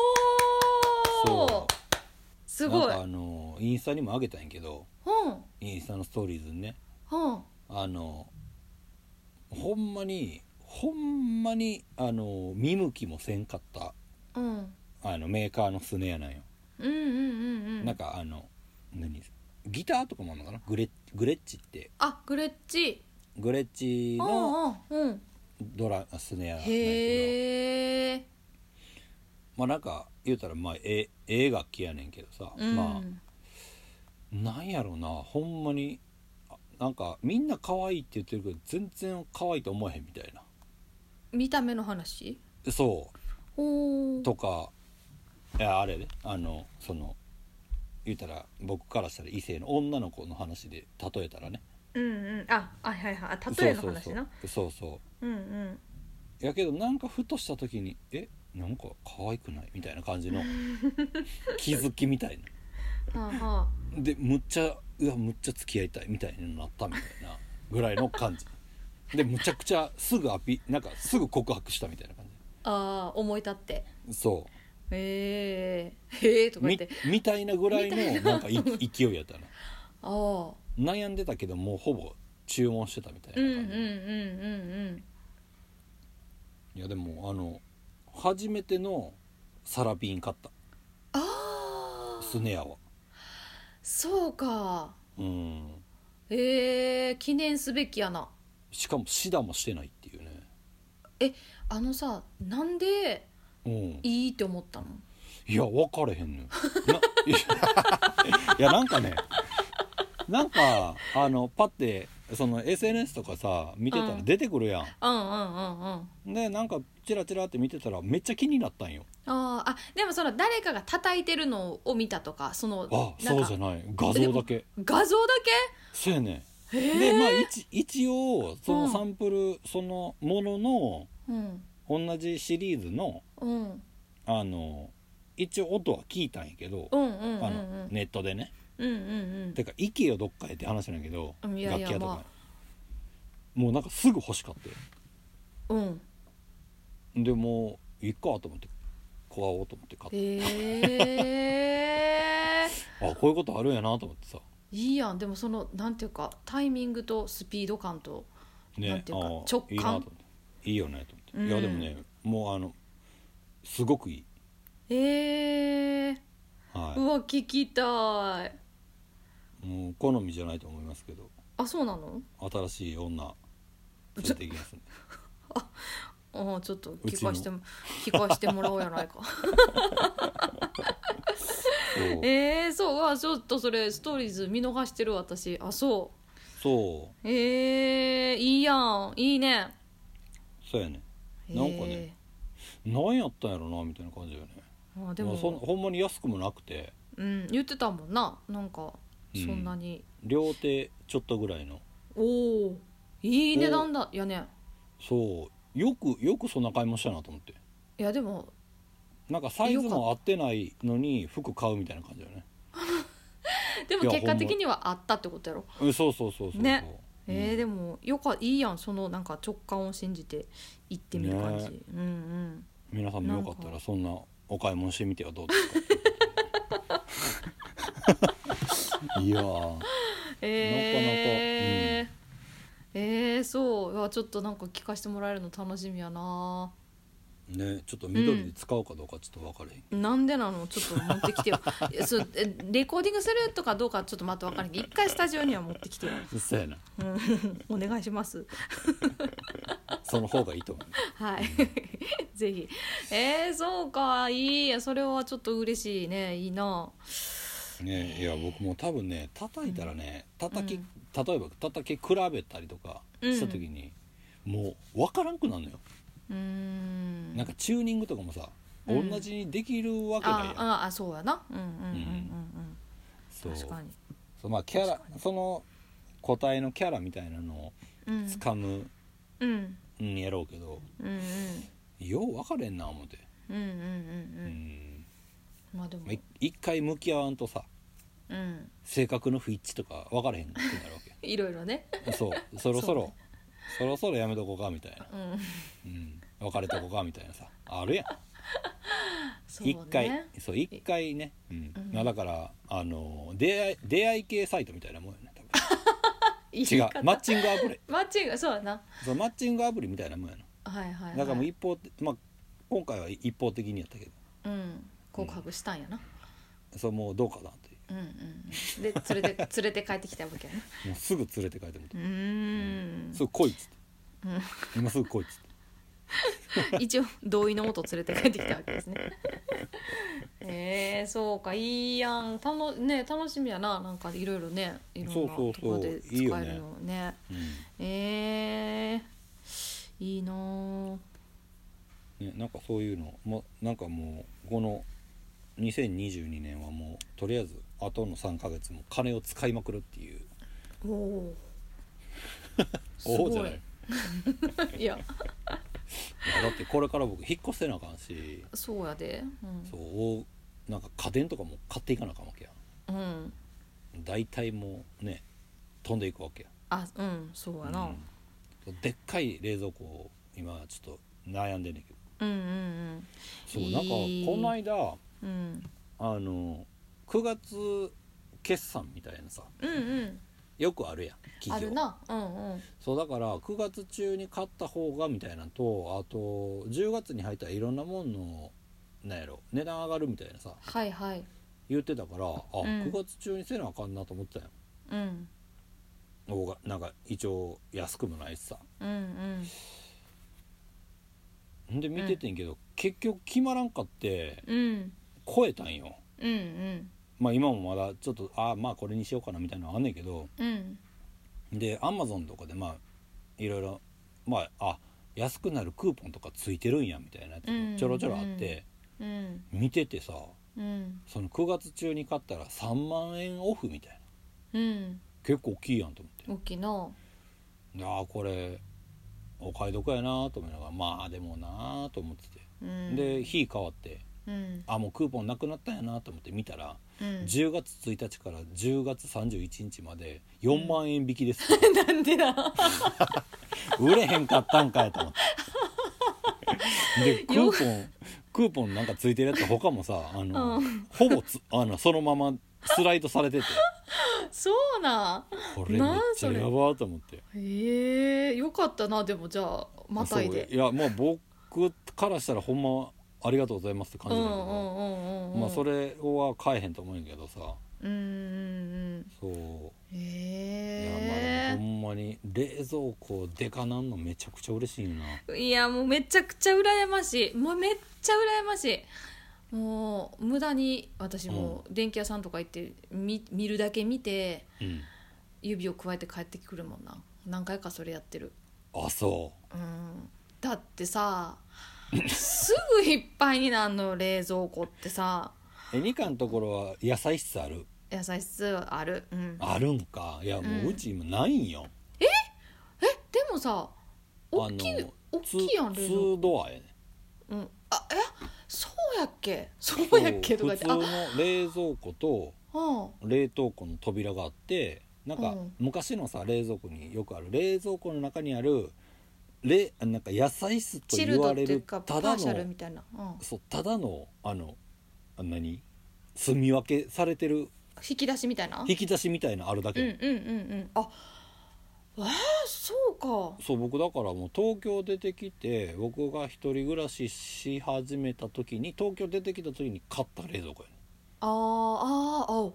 そう
おすごい
なんかあのインスタにも上げたんやけど
うん
インスタのストーリーズにね
うん
あのほんまにほんまにあの見向きもせんかった
うん
あのメーカーのスネアなんよ。
うんうんうんうん
なんかあの何ギターとかもあるのかなグレグレッチって
あグレッチ
グレッチ
うん
の
うんうん
ドラスネアなんやけど
へえ
まあなんか言うたらまあえええ楽器やねんけどさ、
うん
まあなんやろうなほんまにあなんかみんな可愛いって言ってるけど全然可愛いと思えへんみたいな
見た目の話
そ
お
う
お
とかいやあれねあのその言うたら僕からしたら異性の女の子の話で例えたらね
うんうんああはいはいはいあ例えの話な
そうそうそうそうそう
うんうん
やけどなんかふとした時に「えなんか可愛くない?」みたいな感じ の気づきみたいな
はあはあ
でむっちゃうわむっちゃ付き合いたいみたいになったみたいなぐらいの感じでむちゃくちゃすぐアピなんかすぐ告白したみたいな感
あー思い立って
じそ
へえへえと
う
か言っ
み
て
みたいなぐらいのなんかい勢いやったな
ああ
悩んでたけどもうほぼ注文してたみたいな
うん
感
うんうん
じ、
うん
いやでもあの初めてのサラピン買った
ああ
スネアは
そうか
うん
えー、記念すべきやな
しかもシダもしてないっていうね
あのさなんで
うん
いいって思ったの
いや分かれへん のよないや いやなんかねなんかあのパッてその SNS とかさ見てた
う
ら
ん
出てくるやん、
うんうんうんうん
でなんかチラチラって見てたらめっちゃ気になったんよ
あーあでもその誰かが叩いてるのを見たとかその
あ
なん
そう
か
じゃない画像だけ
画像だ
そうやね
け
ん
へ
で
え、
まあ一一応そうの
ん
サンプル、そのものの
うん
同じシリーズの
うん
あの一応音は聞いたんやけど、
うんうんうんう
あ
ん
のネットでね
うんうん
てか「行けよどっかへ」って話なんやけど
うんいやいや
楽器屋とかに、
ま
もうなんかすぐ欲しかったよ
うんうん
でもういいかと思って買おうと思って買って
へえ
あこういうことあるんやなと思ってさ
いいやんでもそのなんていうかタイミングとスピード感と
ね
なんていう
あ
か
ー
直
い
感
いなと思っていいよねと思って、いや
うん
でもねもうあのすごくいい、
ええ
は
うわ聞きた
い、
い
もう好みじゃないと思いますけど
あそうなの
新しい女連れていきますんで
ああちょっと
う
聞
ちの
かしても聞かしてもらおうやな いか
そう
ええそううわちょっとそれストーリーズ見逃してる私あそ
そう
ええいいやんいいね
うそうやねなんかね何やったんやろなみたいな感じよね
えーあで
まあそん
も
ほんまに安くもなくて
うん言ってたもんななんか
う
そ
ん
んなに、
両手ちょっとぐらいの
おおいい
お
値段だいやね
そうよくよくそんな買い物したなと思って
いやでも
なんかサイズ
よかった
も合ってないのに服買うみたいな感じよね
で
い
も
や
結果的にはあったってことやろ
うんそうそうそうそうそう、
ね
うん
えー、でもよかいいやんそのなんか直感を信じて行ってみる感じ、
ね
うんうん
皆さんもよかった
なん
らそんなお買い物してみてはどうですか いやー
えー、えー、そううわちょっとなんか聞かせてもらえるの楽しみやな
ねちょっと緑で使うかどうかちょっと分からへん、
なんでなのちょっと持ってき てよいやそうえレコーディングするとかどうかちょっとまた分からんけど一回スタジオには持ってきてよ、
うっせえな
うん、お願いします
その方がいいと思う
はい ぜひえー、そうかいいやそれはちょっと嬉しいねいいな
ねいや僕も多分ね叩いたらね叩き、
うん
例えば叩き比べたりとかした時に、もう分からんくなるのよ、
うーん
なんかチューニングとかもさ、
うん
同じにできるわけないや
あ
ん
ああそうやなうんうんうんうん
そ
うん
う
確かに
そうまあキャラ
確かに
その個体のキャラみたいなのを
うん
つかむ
うんうん
んやろうけど、
うんうん
よう分かれんな思って、
うんうんうん
う
うん
ん
まあでも
まあい一回向き合わんとさ
うん
性格の不一致とか分からへんくなるわ
いろいろね
けそうそろそろ
そう
そろそろやめとこうかみたいな、
うん
うん、別れとこうかみたいなさあるやん
そうね
一回そう一回ね、うん
うん
まあだからあの出会い出会い系サイトみたいなもんよね 多分
言い
違
方
うマッチングアプリ
マッチングそうやな
そうマッチングアプリみたいなもんやな
はいはいはい
だからもう一方、まあ今回は一方的にやったけど
うん告白したんやな
そうもうどうかなってい
うんうんうんで 連れて連れて帰ってきたわけやな
うもうすぐ連れて帰ってもらって
うーん
すぐ来いっつって、今すぐ来いっつって
一応同意のもと連れて帰ってきたわけですね えー、そうかいいやんたの、ね、楽しみやななんかいろいろねいろんな
そうそ
と
うそう
ころで使えるのね
いいよ
えー、いいなぁ
うんね、なんかそういうのもなんかもうこの2022年はもうとりあえずあとの3ヶ月も金を使いまくるっていう
おおす
お
ご
お
い
じゃない
いや
いやだってこれから僕引っ越せなあかんし
そうやで
そうおなんか家電とかも買っていかなあかんわけや
うん、うん、
ん大体もうね飛んでいくわけやん
あうんそうやな、うん、
うんでっかい冷蔵庫を今ちょっと悩んでんねんけど
うんうん
そう
いい
なんかこの間
うんうん
あの9月決算みたいなさ
うん
よくあるやん
あ
企業
るなうんうん
そうだから9月中に買った方がみたいなのとあと10月に入ったらいろんなもんのなんやろ値段上がるみたいなさ
はいはい
言ってたからあ、
ん
9月中にせなあかんなと思ってたよ
うん
おがなんか一応安くもないしさ
うんうん
んで見ててんけど、結局決まらんかって
うん
超えたんよ
うんうん
まあ今もまだちょっとああまあこれにしようかなみたいなのあんねんけど
うん
でアマゾンとかでまあいろいろまああ安くなるクーポンとかついてるんやみたいなやつ
うん
もちょろちょろあって、
うん
見ててさ
うん
その9月中に買ったら3万円オフみたいな
うん
結構大きいやんと思って
大きいの
ああこれお買い得やなと思いながらまあでもなと思ってて、
うん
で日変わって
うん
あもうクーポンなくなったんやなと思って見たら、
うん
10月1日から10月31日まで4万円引きです、
なんでだ
売れへんかったんかいと思って。で クーポンクーポンなんかついてるやつ他もさあの、
うん
ほぼつあのそのままスライドされてて
そうなん
これめっちゃやばーと思って
ええよかったなでもじゃあまたいで
そういやまあ僕からしたらほんまありがとうございますって感
うん
じ
う
だ
ん
けど、
うんうん
まあそれは買えへんと思うんやけどさ
うんうんうん
そういやまあで
え
もほんまに冷蔵庫でかなんのめちゃくちゃ嬉しいよな
えいやもうめちゃくちゃ羨ましいもうめっちゃ羨ましいもう無駄に私もう電気屋さんとか行って見見るだけ見て
うん
指をくわえて帰ってくるもんな何回かそれやってる
あそ
うんだってさすぐいっぱいになんのよ冷蔵庫ってさ
うえニカのところは野菜室ある
野菜室あるうん
あるんかいやもううんうち今ないんよ、
えでもさ大きい大
ツ
きいやん冷蔵庫
ードアやね
うんあえそうやっけそうやっけと
そう普
か言って
通の冷蔵庫と
あ
冷凍庫の扉があってなんか
うん
昔のさ冷蔵庫によくある冷蔵庫の中にあるれなんか野菜室と
チ
言
ルド
わ
って
れ
いう
る
かパ
ただ
ーシャル
の
みたいな、うん、
そうただのあのあ何住み分けされてる
引き出しみたいな
引き出しみたいなのあるだ
うんうん
け、
うんうんあえー、そうか
そう僕だからもう東京出てきて僕が一人暮らしし始めた時に東京出てきた時に買った冷蔵庫やね
あーあー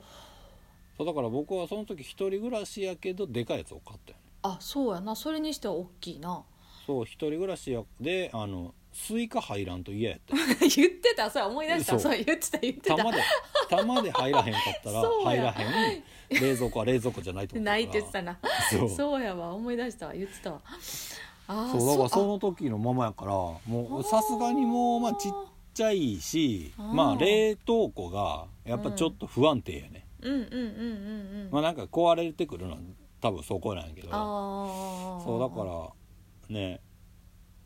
そうだから僕はその時一人暮らしやけどでかいやつを買ったよね
ああそうやなそれにしては大きいな
そう一人暮らしやであのスイカ入らんと嫌やったよ
言ってたそう思い出した
そう
そう言ってた言って
玉
た
で玉で入らへんかったら
そう
入
や
らへん冷蔵庫は冷蔵庫じゃないと思ったから
ないって言ってたな
そ
そううやわ思い出したわ言ってたわあー
そうだからそ
あ
の時のままやからも
あー
うさすがにもうまあちっちゃいし
あー
まあ冷凍庫がやっぱちょっと不安定やね、
うんうんうんうんうん
まあなんか壊れてくるのは多分そこなんやけど
ああ
そうだからね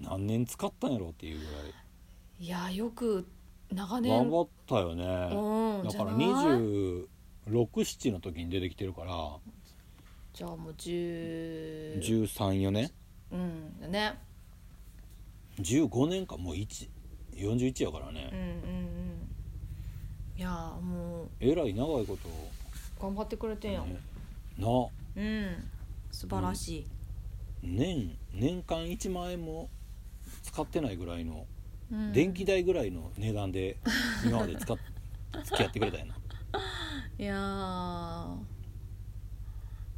何年使ったんやろっていうぐらい
いやよく長
頑
年
張ったよね
うん
だから
じゃない
267の時に出てきてるから
じゃあもう10
134年
うんだね
15年かもう1 41やから
うん
ね、
うんうんいやもう
えらい長いこと、
頑張ってくれてんやん、
ねな
うん素晴らしい、
年年間1万円も使ってないぐらいの、
うん
電気代ぐらいの値段で今まで 使っ付き合ってくれたよな、
いや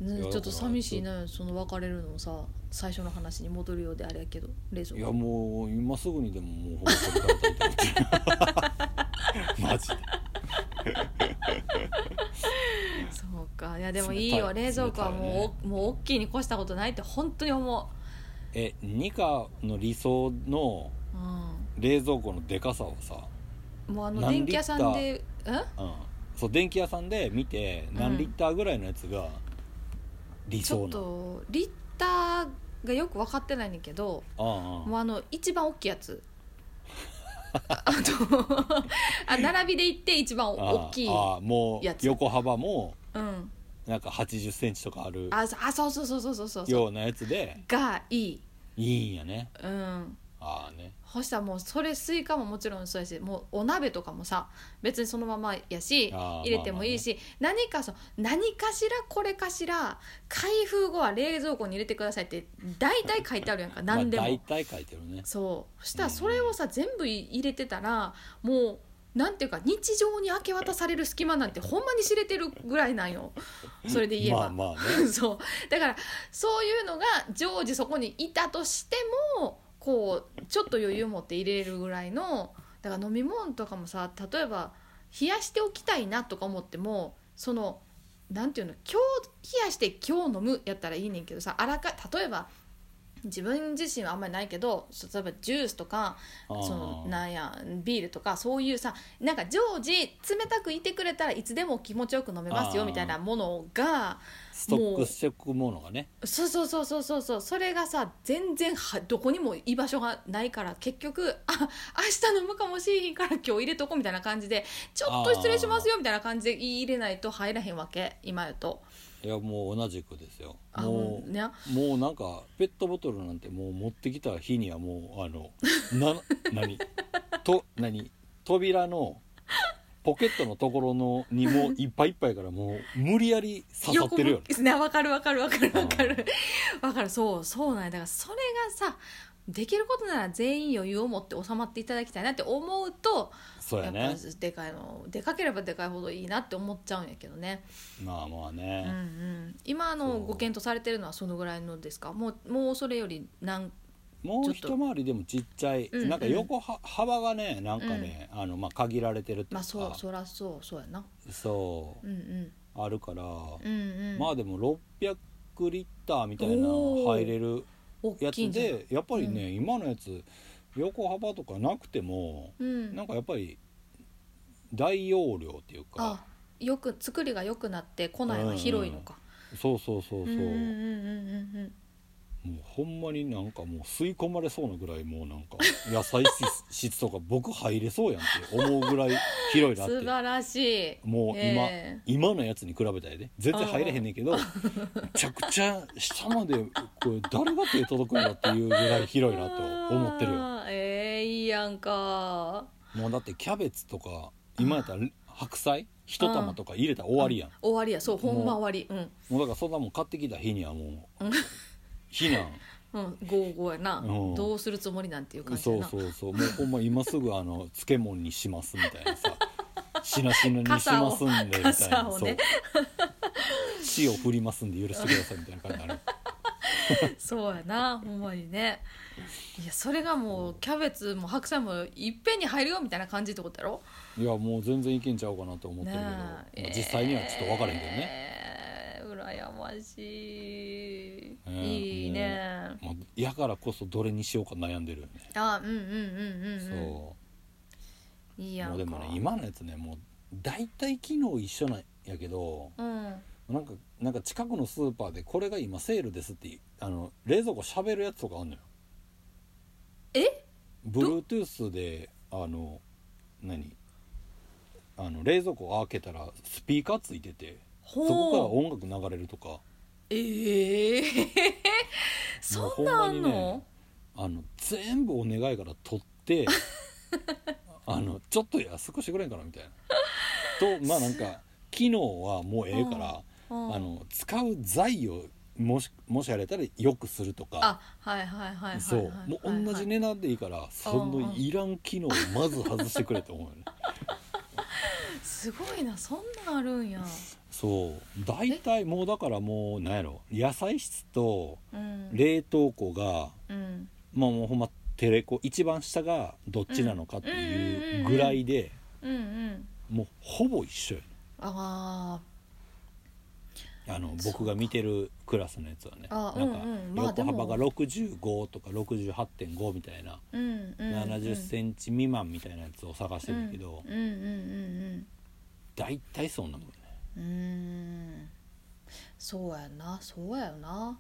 ー
いやだか
ね、
ら
ちょっと寂しいなその別れるのもさ最初の話に戻るようであれやけど冷蔵
いや
庫
もう今すぐにでももうほぼ取り替えたい と思ってマジで
そうかいやでもいいよ
冷たい
冷蔵庫は
冷
もう,、もう大きいに越したことないって本当に思
えニカの理想の
う、う
冷蔵庫のでかさをさ、
ん、もうあの
何
電
リッ
気屋
ター
さんでうん
うん、そう電気屋さんで見て何リッターぐらいのやつが理
ちょ
想
っ
なの、
とリッターがよく分かってないねんだけど
ああ
もうあの一番大きいや つあとあ並びで言って一番
ああ
大きい
ああもう
やつ
横幅も
うん
なんか8 0ンチとかある
あそあそうそうそうそうそうそう
ようなやつで
がいい
いいんやね
うん
ああね
そしたらもうそれスイカももちろんそうやしもうお鍋とかもさ別にそのままやし
あー
入れてもいいし、何かそ何かしらこれかしら開封後は冷蔵庫に入れてくださいって大体書いてあるやんか何で
まあ、
も
大。体書いてるね
そうそしたらそれをさ全部入れてたらもうなんていうか日常に明け渡される隙間なんてほんまに知れてるぐらいなんよそれで言えば。
まあまあね
そうだからそういうのが常時そこにいたとしてもこうちょっと余裕持って入れるぐらいのだから飲み物とかもさ例えば冷やしておきたいなとか思ってもそのなんていうの今日冷やして今日飲むやったらいいねんけどさあらか例えば自分自身はあんまりないけどそう例えばジュースとか
あー
そのなんやビールとかそういうさなんか常時冷たくいてくれたらいつでも気持ちよく飲めます
あ
よ
ー
みたいなものが
ストックしておくものがね
そうそうそうそうそうそうそれがさ全然はどこにも居場所がないから結局あ明日飲むかもしれへんから今日入れとこみたいな感じでちょっと失礼しますよみたいな感じで言い入れないと入らへんわけ今やと。
いやもう同じくですよ
あ
も
ほ
うん
ね
もうなんかペットボトルなんてもう持ってきた日にはもうあ のな何と何扉のポケットのところのにもういっぱいいっぱいからもう無理やり刺さってるよね
横向きねわかるわかるわかるわかる わかるそうそうなんやだからそれがさできることなら全員余裕を持って収まっていただきたいなって思うと
そう
や
や
っ
ね
ぱでかいのでかければでかいほどいいなって思っちゃうんやけどね、
まあまあ
うんう
ね、
ん、今あ
そ
の
う
ご検討されてるのはそのぐらいのですかもうもうそれよりなん
もう
ちょ
一
っと
回りでもちっちゃい、
うん
なんか横は幅がねなんかね、あのまあ限られてるってい
まあ
う
そう
か
そらそうそうやな
そ
うんうん
うあるから、
うんうん
まあでも600リッターみたいな
おー
入れる
大
や
きい
つ
んじゃない
でやっぱりね、今のやつ横幅とかなくても
うん
なんかやっぱり大容量っていう
あ
か
よく作りが良くなって庫内は広いのか、
そうそうそうそう、
んんうんうんうん
もうほんまになんかもう吸い込まれそうなぐらいもうなんか野菜 室室とか僕入れそうやんって思うぐらい広 いな
素
って
晴らしい
もう今、
え
今のやつに比べたらね全然入れへんねんけどめちゃくちゃ下までこれ誰が手届くんだっていうぐらい
え
広いなと思ってるよ。
あーええいいやんか
もうだってキャベツとか今やったら白菜一玉とか入れたら終わりやん
終わりやそうほん
も
ま
う
終わり
もうだからそんなもん買ってきた日にはもう
うん
避難
うんうんゴーゴーやな、
うん
どうするつもりなんていう 感じや
そう
な
そうそうもうほんま今すぐあの漬物にしますみたいなさしなしなにしますんでみたいな
傘をね
そう塩振りますんで許してくださいみたいな感じになる
そうやなほんまにねいやそれがもうキャベツも白菜もいっぺんに入るよみたいな感じってことやろ
いやもう全然いけんちゃうかなと思ってるけど、
なあ
まあ実際にはちょっと分からへんけどね、
ね、えー、羨ましい、
うん
いいね
まあ、やからこそどれにしようか悩んでるよね、
あうんうんうんうんうん
そう
いいやん
も
か
うでもね今のやつねもう大体機能一緒なんやけど
うん
なんかなんか近くのスーパーでこれが今セールですっていうあの冷蔵庫しゃべるやつとかあんのよ
え
Bluetooth であの何あの冷蔵庫開けたらスピーカーついてて
ほ
そうこから音楽流れるとか
ええ そんなんあん
も
の
あの全部お願いから取って あのちょっと安くしてくれんかなみたいな。とまあなんか機能はもうええから、
うん
あの使う材をもしもしあれたらよくするとか。
あはいはいはいはいはい
そうもう同じ値段でいいからそのいらん機能をまず外してくれと思うよ ね
すごいなそんなんあるんや
そう大体もうだからもうなんやろ野菜室と
うん
冷凍庫が
うん
まあもうほんまテレコ一番下がどっちなのかっていうぐらいで
うんうん
もうほぼ一緒よね
あ
あの
そうか
僕が見てるクラスのやつはね
あ
なん
うんうん
か
まあ
横幅が
で
65とか68.5みたいな
ーうんうんうん
7 0ンチ未満みたいなやつを探してるけど
うんうんうん
大体そんなもんね
うんうんそうやなそうやよな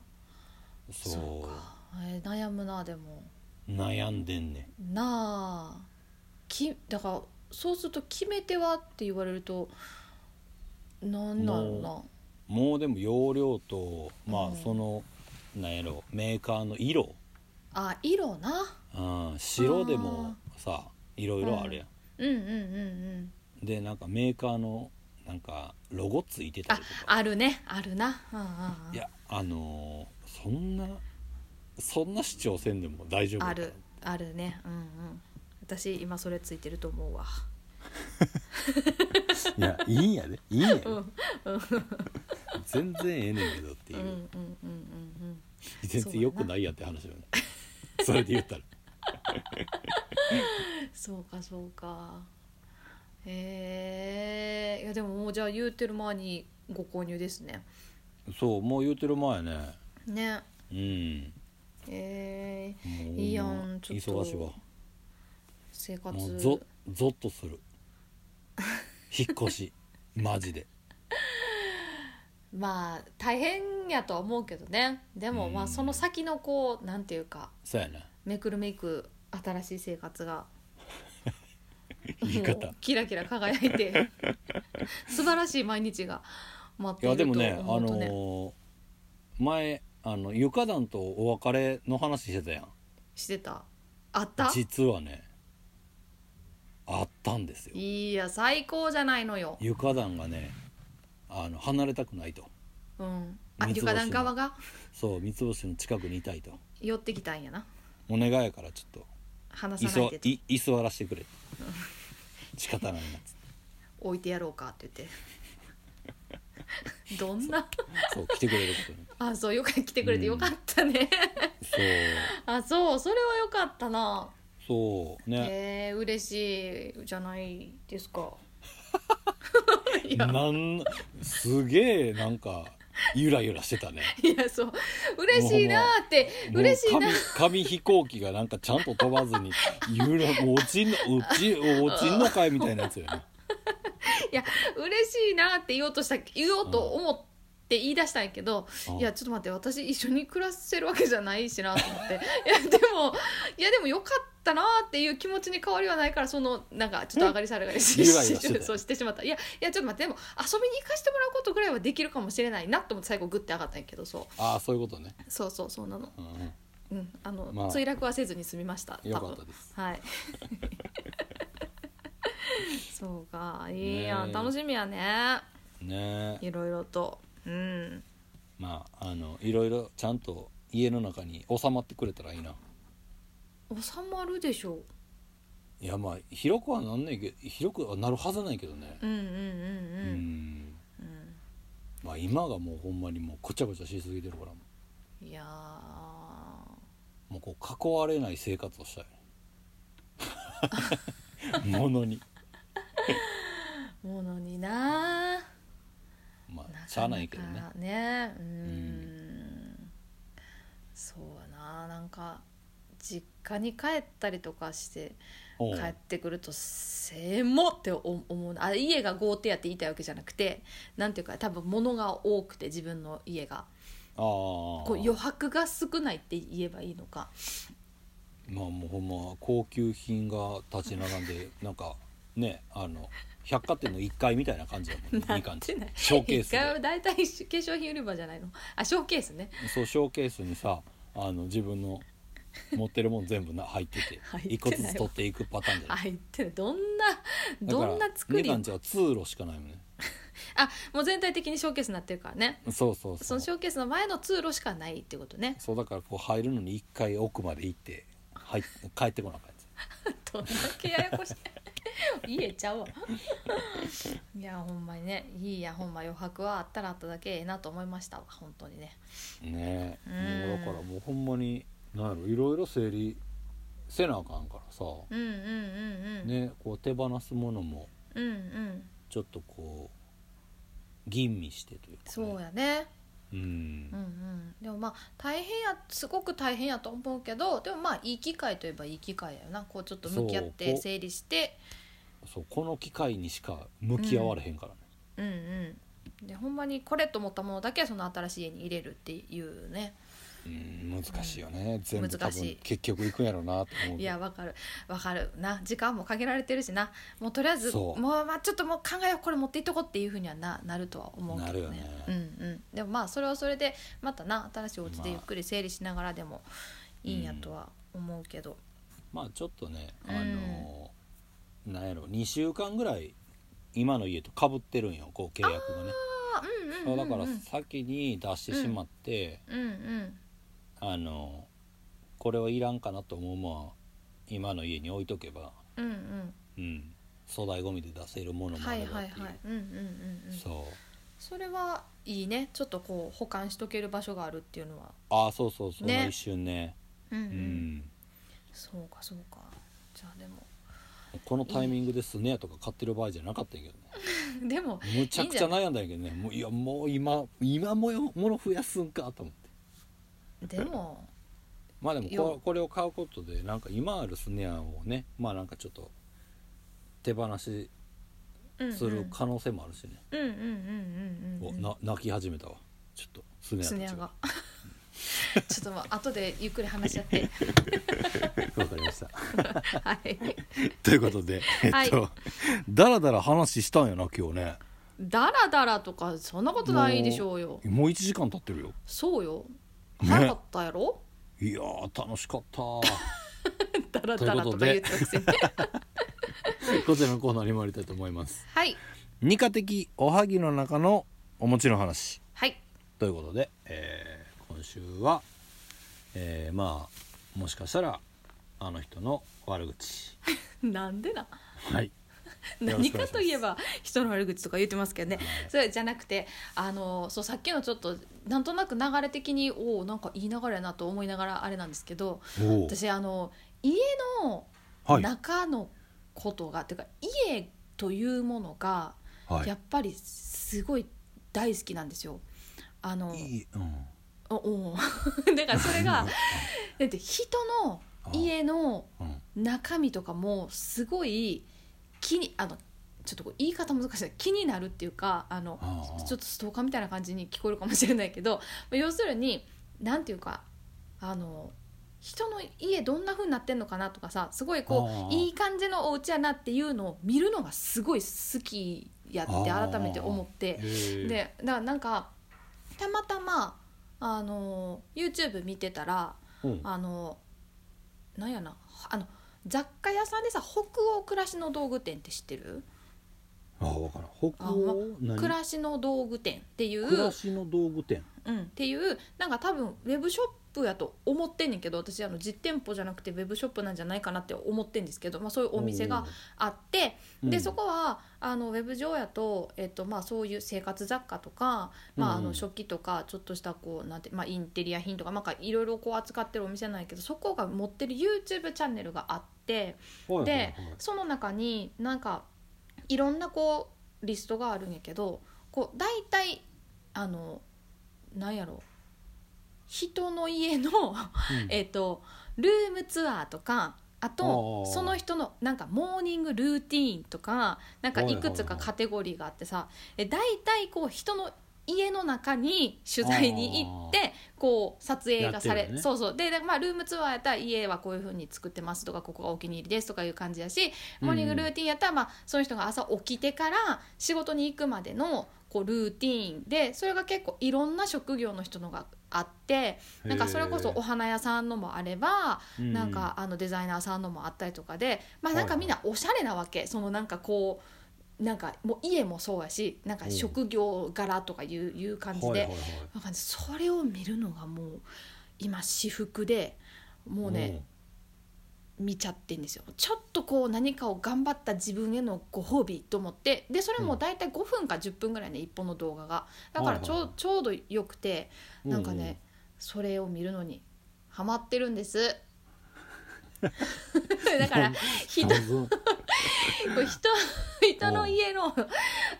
そう
そ
かえー悩むなでも
う悩んでんねん
なあきだからそうすると決め手はって言われるとなんなの
もうでも容量とま
う
あ
ん
そのなんやろメーカーの色
なあ色な
うん白でもさいろいろあるやん
うんうんうんうん
でなんかメーカーのなんかロゴついてた
あ
りとか
あるねあるなうんうんうん
いやあのーそんなそんな主張せんでも大丈夫だ
あ
から
るあるねうんうん私今それついてると思うわ
いやいいんやでいいんやで
うんうん
全然ええねんけどっていうう、
んうんうん
全然よくないやって話だよねそれで言ったら
うんそうかそうかえー、いやでももうじゃあ言うてる間にご購入ですね
そうもう言うてる前ね
ね
うん
えー、
もう
いいやんちょっと
忙しいわ
生
も
活
うぞぞっとする引っ越しマジで
まあ大変やとは思うけどねでも
うん
まあその先のこうなんていうか
そうやな
めくるめく新しい生活が
言い
も
方
う キラキラ輝いて 素晴らしい毎日が待っ
い
てい
や
る
で
と
もねあ
思うと
の
ね
ー前あの床団とお別れの話してたやん
してたあった
実はねあったんですよ
いや最高じゃないのよ、
床団がねあの離れたくないと
うん、あ
三つ星の
床団側が
そう三つ星の近くにいたいと
寄ってきたんやな
お願いやからちょっと居
話さな
座
いでと
い居座らせてくれ仕方ないなっつっ
置いてやろうかって言って どんな
て そう来てくれることに
あそうよく来てくれてよかったね、
そう
あそうそれはよかったな
そうね
えー、嬉しいじゃないです かいや
なんすげえなんかゆらゆらしてたね
いやそう嬉しいなーって
もう
嬉しいな
紙紙飛行機がなんかちゃんと飛ばずにゆらもう落ちんの落ち落ちんのかいみたいなやつよね
いや嬉しいなって言おうとした言おうと思って言い出したんやけど、
うん
いやちょっと待って私一緒に暮らせるわけじゃないしなと思って いやでもいやでもよかったなっていう気持ちに変わりはないからそのなんかちょっと上がり下がりし
ゆらゆらしてたよ
そうしてしまったいやいやちょっと待ってでも遊びに行かせてもらうことぐらいはできるかもしれないなと思って最後グッて上がったんやけどそう
ああそういうことね、
そうそうそうなの
うん
うんあの、
まあ
墜落はせずに済みました
うん、よかったです
はい そうかいいや
ね
ん、
え
楽しみやね
ねえ
いろいろとうん
まああのいろいろちゃんと家の中に収まってくれたらいいな
収まるでしょ
いやまあ広くはなんねえけど広くはなるはずないけどね
ううんうんうん
う
うん、
ん
う
まあ今がもうほんまにもうごちゃごちゃしすぎてるから
ん、いやー
もうこう囲われない生活を したいものに
ものにな
まあ
なかか
しゃあないけどね
ねうん、
ん
そうやななんか実家に帰ったりとかして
おう
帰ってくると「せーも」って思うあ家が豪邸やって言いたいわけじゃなくてなんていうか多分物が多くて自分の家が
ああ
こう余白が少ないって言えばいいのか
まあもうほんま高級品が立ち並んでなんかねあの百貨店の1階みたいな感じだもんね
な
2
ん
感
て
じ
ない
ショーケース
一回は
で
大体化粧品売り場じゃないのあショーケースね
そうショーケースにさあの自分の持ってるもん全部な入ってて
入ってない
一個ず
わ
つ取っていくパターンじゃ
あ
ない
入ってるどんなどんな作り
2感じは通路しかないもんね
あもう全体的にショーケースになってるからね
そうそう
そ
そう
のショーケースの前の通路しかないってことね
そうだからこう入るのに1階奥まで行って入っ帰ってこなあかんやつ
どんだけややこしい家ちゃうわ いやほんまにねいいやほんま余白はあったらあっただけええなと思いましたわ本当にね
ねえ
うん
もうだからもうほんまに何やろいろいろ整理せなあかんからさ、
うんうんうんうん、
ねこう手放すものも
うんうん
ちょっとこう吟味してというか、ね、
そうやね
うん
うんうんでもまあ大変やすごく大変やと思うけどでもまあいい機会といえばいい機会やよなこうちょっと向き合っ
そう
て
こう
整理して
そうこの機会にしか向き合われへんからね、
うんうんでほんまにこれと思ったものだけはその新しい家に入れるっていうね
うん難しいよね全部多
難しい
分結局いくんやろうなと思う
い
け
や
ど
わかるわかるな時間も限られてるしなもうとりあえずも
そう
う、まあ、ちょっともう考えようこれ持っていっとこうっていうふうにはななるとは思うけどね
なるよね
うんうん、でもまあそれはそれでまたな新しいお家でゆっくり整理しながらでもいいんやとは思うけど、
まあちょっとねあのーなんやろ2週間ぐらい今の家とかぶってるんよこう契約がね
あうん
そううん
う
だ
ん
か
う
ら
ん
先に出してしまって、
うんうん
あのーこれはいらんかなと思うもんは今の家に置いとけば
うんうん
うん、粗大ごみで出せるものもあ
はい
れば
は
っ
い
ていう、
はいうんうんうんうん
そう
それはいいねちょっとこう保管しとける場所があるっていうのは
ああそうそうその
ね
一瞬ね
うんう、
うんん、
そうかそうかじゃあでも
このタイミングでスネアとか買ってる場合じゃなかったんやけど
でも
ねむちゃくちゃ悩んだんやけどねもういやもう今今もよもの増やすんかと思って
でも
まあでもこ
よ
これを買うことでなんか今あるスネアをねまあなんかちょっと手放し
うんうん
する可能性もあるしね、
うんうんうんうんうんうん
おな泣き始めたわちょっとスネア
ス
たち
ネ アがちょっともう後でゆっくり話し合って
わかりました
はい
ということでえっと、
はい
だらだら話したんやな今日ね
だらだらとかそんなことないでしょうよ
もう1時間経ってるよ
そうよ
ね
早かったやろ
いやー楽しかった
だらだらとか言ってたくせに
こちらのコーナーに参りたいと思います
はい
二課的おはぎの中のお餅の話
はい
ということで、えー今週は、えーまあもしかしたらあの人の悪口
なんでな
はいよろし
何
くお願いします
かといえば人の悪口とか言ってますけどね、
はい
それじゃなくてあのそうさっきのちょっとなんとなく流れ的におおんかいい流れやなと思いながらあれなんですけど
お
私あの家の
おはい
中のことが、っていうか家というものが
はい
やっぱりすごい大好きなんですよ。あの
いい、うん、
おお うだからそ れがだって人の家の
うん
中身とかもすごい気にあのちょっとこう言い方難しいな気になるっていうかあの
ああ
ちょっとストーカーみたいな感じに聞こえるかもしれないけど 要するになんていうかあの人の家どんな風になってんのかなとかさすごい
ああ
こういい感じのお家やなっていうのを見るのがすごい好きやって
ああ
改めて思って
へー
でだからなんかたまたまあの YouTube 見てたら
うん
あのなんやなあの雑貨屋さんでさ北欧暮らしの道具店って知ってる
あわからん北
あ
欧何
暮らしの道具店っていう、
暮らしの道具店
うん、っていうなんか多分ウェブショップやと思ってんねんけど私あの実店舗じゃなくてウェブショップなんじゃないかなって思ってんですけど、まあ、そういうお店があって
おー
で
うん
そこはあのウェブ上やと、えっとまあ、そういう生活雑貨とか、まあ、
う
あ
んうん
の食器とかちょっとしたこうなんて、まあ、インテリア品とかなんかいろいろこう扱ってるお店なんやけどそこが持ってる YouTube チャンネルがあって
はいはいはい
でその中になんかいろんなこうリストがあるんやけどこう大体あのなんやろう人の家の
うん
えっとルームツアーとかあと
あー
その人のなんかモーニングルーティーンとかなんか
はい
い
はいはい
くつかカテゴリーがあってさえ大体こう人の家の中に取材に行ってこう撮影がさ
やっ
れ、
てるよね
そうそうでだからまあルームツアーやったら家はこういう風に作ってますとかここがお気に入りですとかいう感じやしモーニングルーティンやったら、まあ、その人が朝起きてから仕事に行くまでのこうルーティーンでそれが結構いろんな職業の人のがあってなんかそれこそお花屋さんのもあれば
へー
なんかあのデザイナーさんのもあったりとかでまあ
はい
なんかみんなおしゃれなわけそのなんかこうなんかもう家もそうやしなん
う
か
ん
職業柄とかいういう
う
感
ん
じ
はいはい
で
はい
なんかねそれを見るのがもう今私服でもうね見ちゃってんですよちょっとこう何かを頑張った自分へのご褒美と思ってでそれも大体5分か10分ぐらいね1本の動画がだからちょ,、
はいはいはい
ちょうどよくて
うん
なんか
うんうん
ね、それを見るのにハマってるんです だから人
どうぞ
人人の家の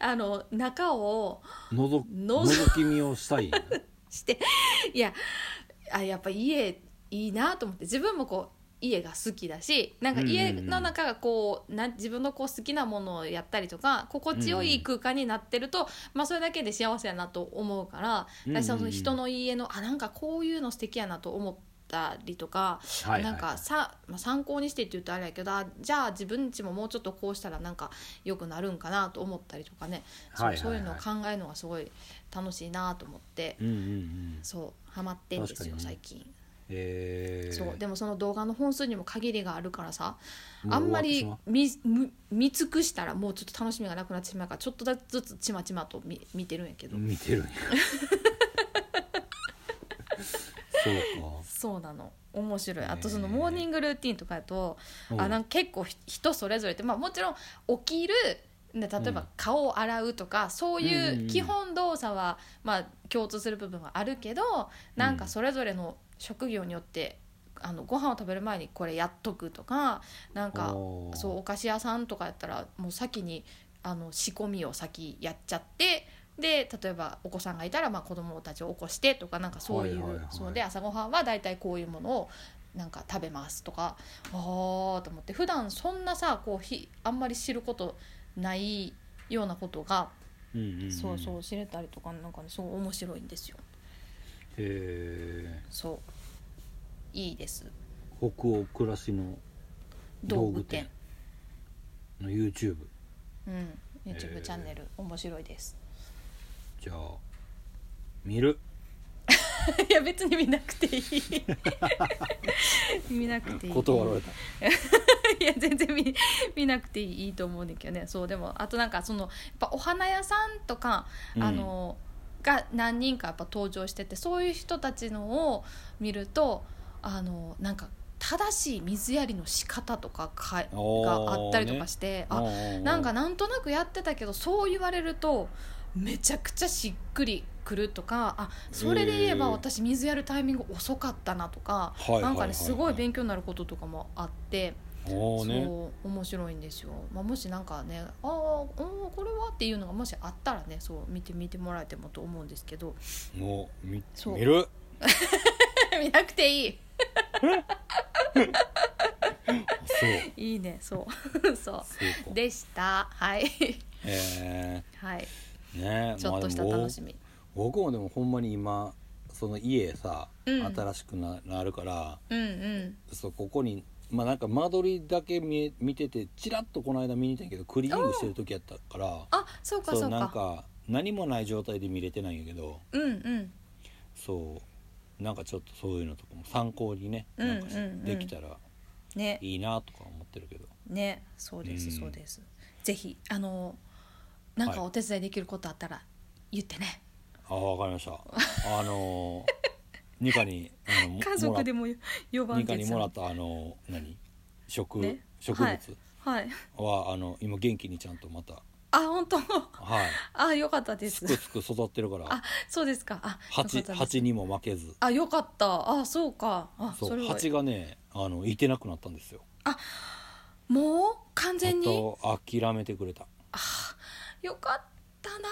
あの中を
のぞ
の
のぞき見をした いんやね
していやあやっぱ家いいなと思って自分もこう家が好きだしなんか家の中がこうな自分のこう好きなものをやったりとか心地よい空間になってると、まあ、それだけで幸せやなと思うから私はその人の家のあなんかこういうの素敵やなと思ったりとか、
はいはい
なんかさ、まあ、参考にしてって言うとあれやけどあじゃあ自分ちももうちょっとこうしたらなんか良くなるんかなと思ったりとかね、そう
はいはいはい
そういうのを考えるのがすごい楽しいなと思って。
うんうんうん
そうハマってんで
確
す
かに
よ、
ね
最近、
えー
そうでもその動画の本数にも限りがあるからさ
もう
あんま
終
り
わって
見見見尽くしたらもうちょっと楽しみがなくなってしまうからちょっとずつちまちまと見見てるんやけ
しま
ど、
う見てるん やそう
そうなの面白いあと
ねえ
そのモーニングルーティンとかやと、
か
あなん
ん
か結構ひ人それぞれって、まあ、もちろん起きるで例え
うん
ば顔を洗うとか、そう
うんうんう
い
ん
う基本動作は、まあ、共通する部分はあるけどなんかそれぞれの職業によってあのご飯を食べる前にこれやっとくとかなんか
おー
そうお菓子屋さんとかやったらもう先にあの仕込みを先やっちゃってで例えばお子さんがいたら、まあ、子供たちを起こしてとかなんかそうい
は
う、
いはいはい
そうで朝ごはんはだいたいこういうものをなんか食べますとかあーと思って普段そんなさこうひあんまり知ることないようなことが、
うんうんん
そうそう
へ
知れたりとかなんかねすごい面白いんですよ。
え
そういいです
北欧暮らしの
道具店
の YouTube
うん、
えー
YouTube チャンネル、面白いです
じゃあ見る
いや別に見なくていい見なくていい
断られた
いや全然見見なくていいいいと思うねんだけどねそうでもあとなんかそのやっぱお花屋さんとか、
うん
あのが何人かやっぱ登場しててそういう人たちのを見るとあのなんか正しい水やりの仕方とかかいがあったりとかして、あ
あ
なんかなんとなくやってたけどそう言われるとめちゃくちゃしっくりくるとかあそれで言え
へ
ば
ー
私水やるタイミング遅かったなとか、
はいはいはいはい
なんかねすごい勉強になることとかもあって、
おーね
そう面白いんですよ、まあ、もしなんかねああこれはっていうのがもしあったらねそう見て見てもらえてもと思うんですけど
もうみ
そう
見る
見なくていい
あ そう
いいねそう そ
そう
う
か
でしたはい
え
はい
ー、ね
ちょっとした
まあでも
楽しみ、
僕もでもほんまに今その家さ、
うん
新しくななるから
うんうん
そうここにまあなんか間取りだけ見え見ててちらっとこの間見に行ったんやけどクリーニングしてる時やったから
あそうか
そう
そう
なん
か
か何もない状態で見れてないんやけど
うんうん
そうなんかちょっとそういうのとかも参考にね、
うん
なんかし
うんうん
できたら
ね
いいなとか思ってるけど
ねそうです、
うん
そうですぜひあのなんかお手伝いできることあったら言ってね、
ああわかり ましたあのーニカにあのも
家族で
も
も呼
ら
ば
っ
ん
ニカ
て
に
さ
もらったあのー何植、
ね
植物
はいはい
は、あの今元気にちゃんとまた
あ本当
はい
あよかったですす
くすく育ってるか
あ
ら
そうですかあ
蜂
よかったです
蜂にも負けず
あよかったあそうかあそ
そう
れは
蜂がねあのいてなくなったんですよ
もう完
やっ
全に
と諦めてくれた
よかったな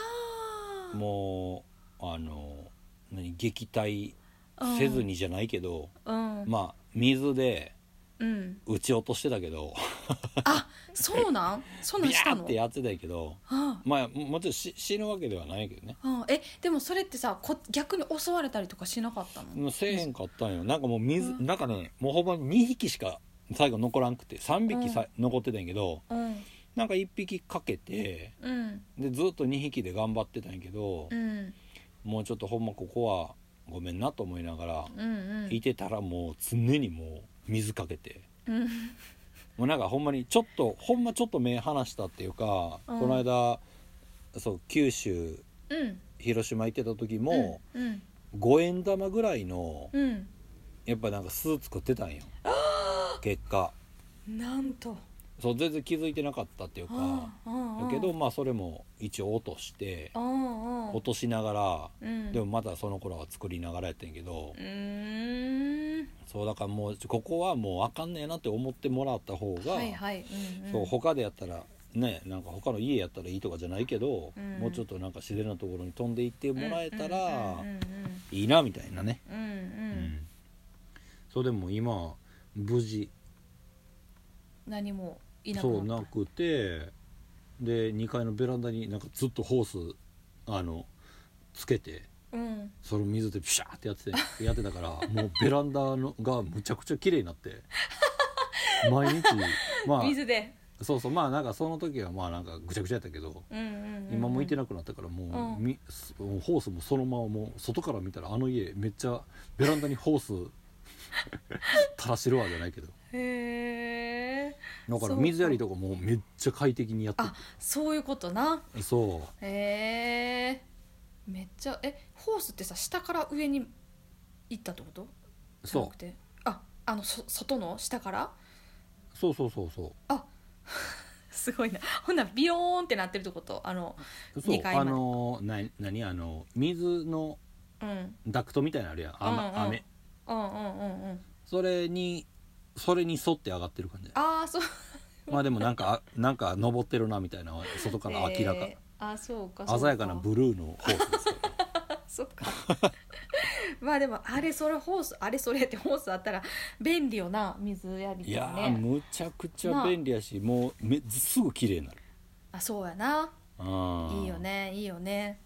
あ
もうあの何撃退せずにじゃないけど、
うん、
まあ水で
うん
撃ち落としてたけど
あそうなんそんなん
ビ
した
ャー
の
ってやってたけど
あ
まあもちろんし死ぬわけではないけどね
あえでもそれってさこ逆に襲われたりとかしなかったの
もうせえへんかったんよなんかもう水、
うん
なんかねもうほんまに2匹しか最後残らんくて3匹さ、残ってたんやけど
うん
なんか1匹かけて
うん
でずっと2匹で頑張ってたんやけど、
うん
もうちょっとほんまここはごめんなと思いながら、
うんうん
いてたらもう常にもう水かけて
うん
もうなんかほんまにちょっとほんまちょっと目離したっていうか、
うん
この間そう九州
うん
広島行ってた時も、
うん
五5円玉ぐらいの
うん
やっぱなんか巣作ってたんよ結果
なんと
そう全然気づいてなかったっていうかだ
だ
けどまあそれも一応落として
うん
落としなが
う
ら
ん
でもまたその頃は作りながらやってんけど、
うーん
そうだからもうここはもうあかんねえなって思ってもらった方が、
はいはいうんうん
そう他でやったらねなんか他の家やったらいいとかじゃないけど、
うん
もうちょっとなんか自然なところに飛んでいってもらえたら
うん
いいなみたいなね、
うんうんうん
う
うん
んそうでも今無事
何もいなく
そうな
なった
くてで2階のベランダになんかずっとホースあのつけて
うん
その水でピシャーってやって てやってたからもうベランダのがむちゃくちゃ綺麗になって 毎日まあ
水で
そうそうまあなんかその時はまあなんかぐちゃぐちゃやったけど、
うんうんうん
今向いて
な
なくなったからもう、
うん
みすホースもそのままもう外から見たらあの家めっちゃベランダにホース 垂らしてるわじゃないけどだ
へえ
から
そうか
水やりとかもうめっちゃ快適にやって
あそういうことな
てそ
へえめっちゃえホースってさ下から上に行ったってこと
う
じゃな
そ
くてああのそ外の下から
うそうそうそうそう
すごいなほんならビヨーンってなってるってことあの
そう
二階ま
あ
で
のな何あの水の
うんうん
ダクトみたいなのあるやん雨,、
うんうん
雨
うんうんうん
それにそれに沿って上がってる感じ
ああそう
まあでもなんかあなんか登ってるなみたいなのは外から明らか、
えあそうかそう
鮮やかなブルーのホー スですから
そっか まあでもあれそれホースあれそれってホースあったら便利よな水やり
い
と
や
か
ー
ね
むちゃくちゃ便利やしもうめすぐ綺麗になる
あそうやな
あー
いいよねいいよね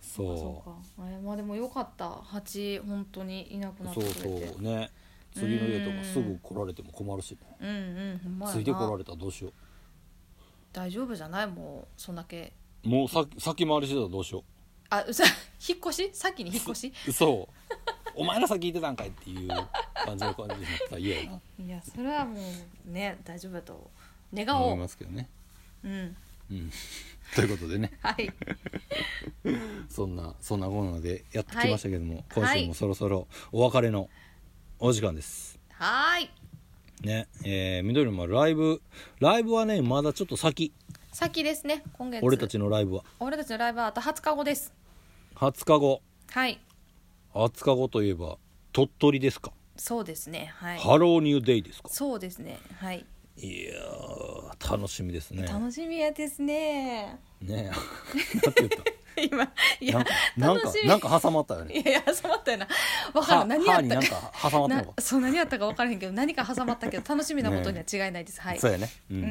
そう
そうかそうかえまあでもよかった蜂本当にいなくなって
そ
く
う
れて
そうね次の家とかすぐ来られても困るしね
うんうんほんまやな
ついてこられたらどうしよ
大丈夫じゃないもうそんだけ
うもうさ先回りしてたらどうしよ
あうさ 引っ越し先に引っ越し
うそうお前ら先行ってたんかいっていう感じの感じになったら嫌やない
やそれはもうね大丈夫だと願お
思
う
いますけどね
うん
うんということでね
はい
そんなそんなものでやってきましたけども、今週
は
も
い
そろそろお別れのお時間です
はーい
ねえー、緑もライブライブはねまだちょっと先
先ですね今月
俺たちのライブは
俺たちのライブはあと20日後です
20日後
はい
20日後といえば鳥取ですか、
そうですねはい
ハローニューデイですか
そうですねはい、
いやー楽しみですね
楽しみやですね
ね えなんて言っ
今い
た
や
なんか
楽しみ
なんかなんか挟まったよね
いや挟まったよな分から
歯
ん何や
歯
っ
にな
た
ん
か
か挟まったのか
なそう何やったか分からへんけど何か挟まったけど楽しみなことには
ね
違いないです、はい
そうやねうん、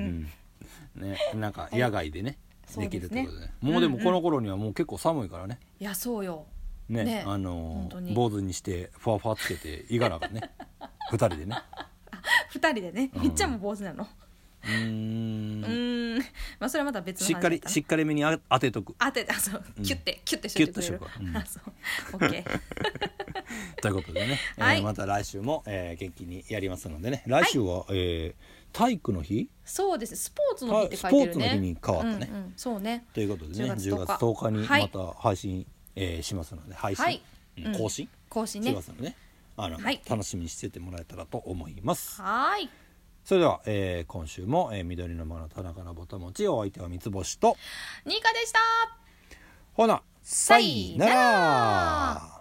うん、ねなんか野外でね、
そう
でき
で
るっ
す
て
ね
ことでねもうでもこの頃にはもう結構寒いからね、
いやそうよ
ね
ね
あの
本当に
坊主にしてふわふわつけていかなあか んね二人でね
二人でねみっちゃんも坊主なの
うー
うんーんまあそれはまた別の
しっかりしっかりめにあ当てとく
当てたそう
うん
キュッてキュッてしといてくれる
キュッとしようかうん
あそうオッ ケー
ということでね、
は
え
い
ーまた来週も、えー元気にやりますのでね来週は、えー体育の日
そうですねスポーツの日って書いてるね
スポーツの日に変わったね
うんうんそうね
ということでね10
10
月
月
,10
10
月
日
10日に
はい
また配信、えーしますので配信、
はい
うん更新、
更新
し
ね
ますのでねあの、
はい
楽しみにしててもらえたらと思います
はーい
それでは、えー今週も、えー緑の間の田中のぼたもちお相手は三つ星と
ニカでした
ほなさ
いなら
いなら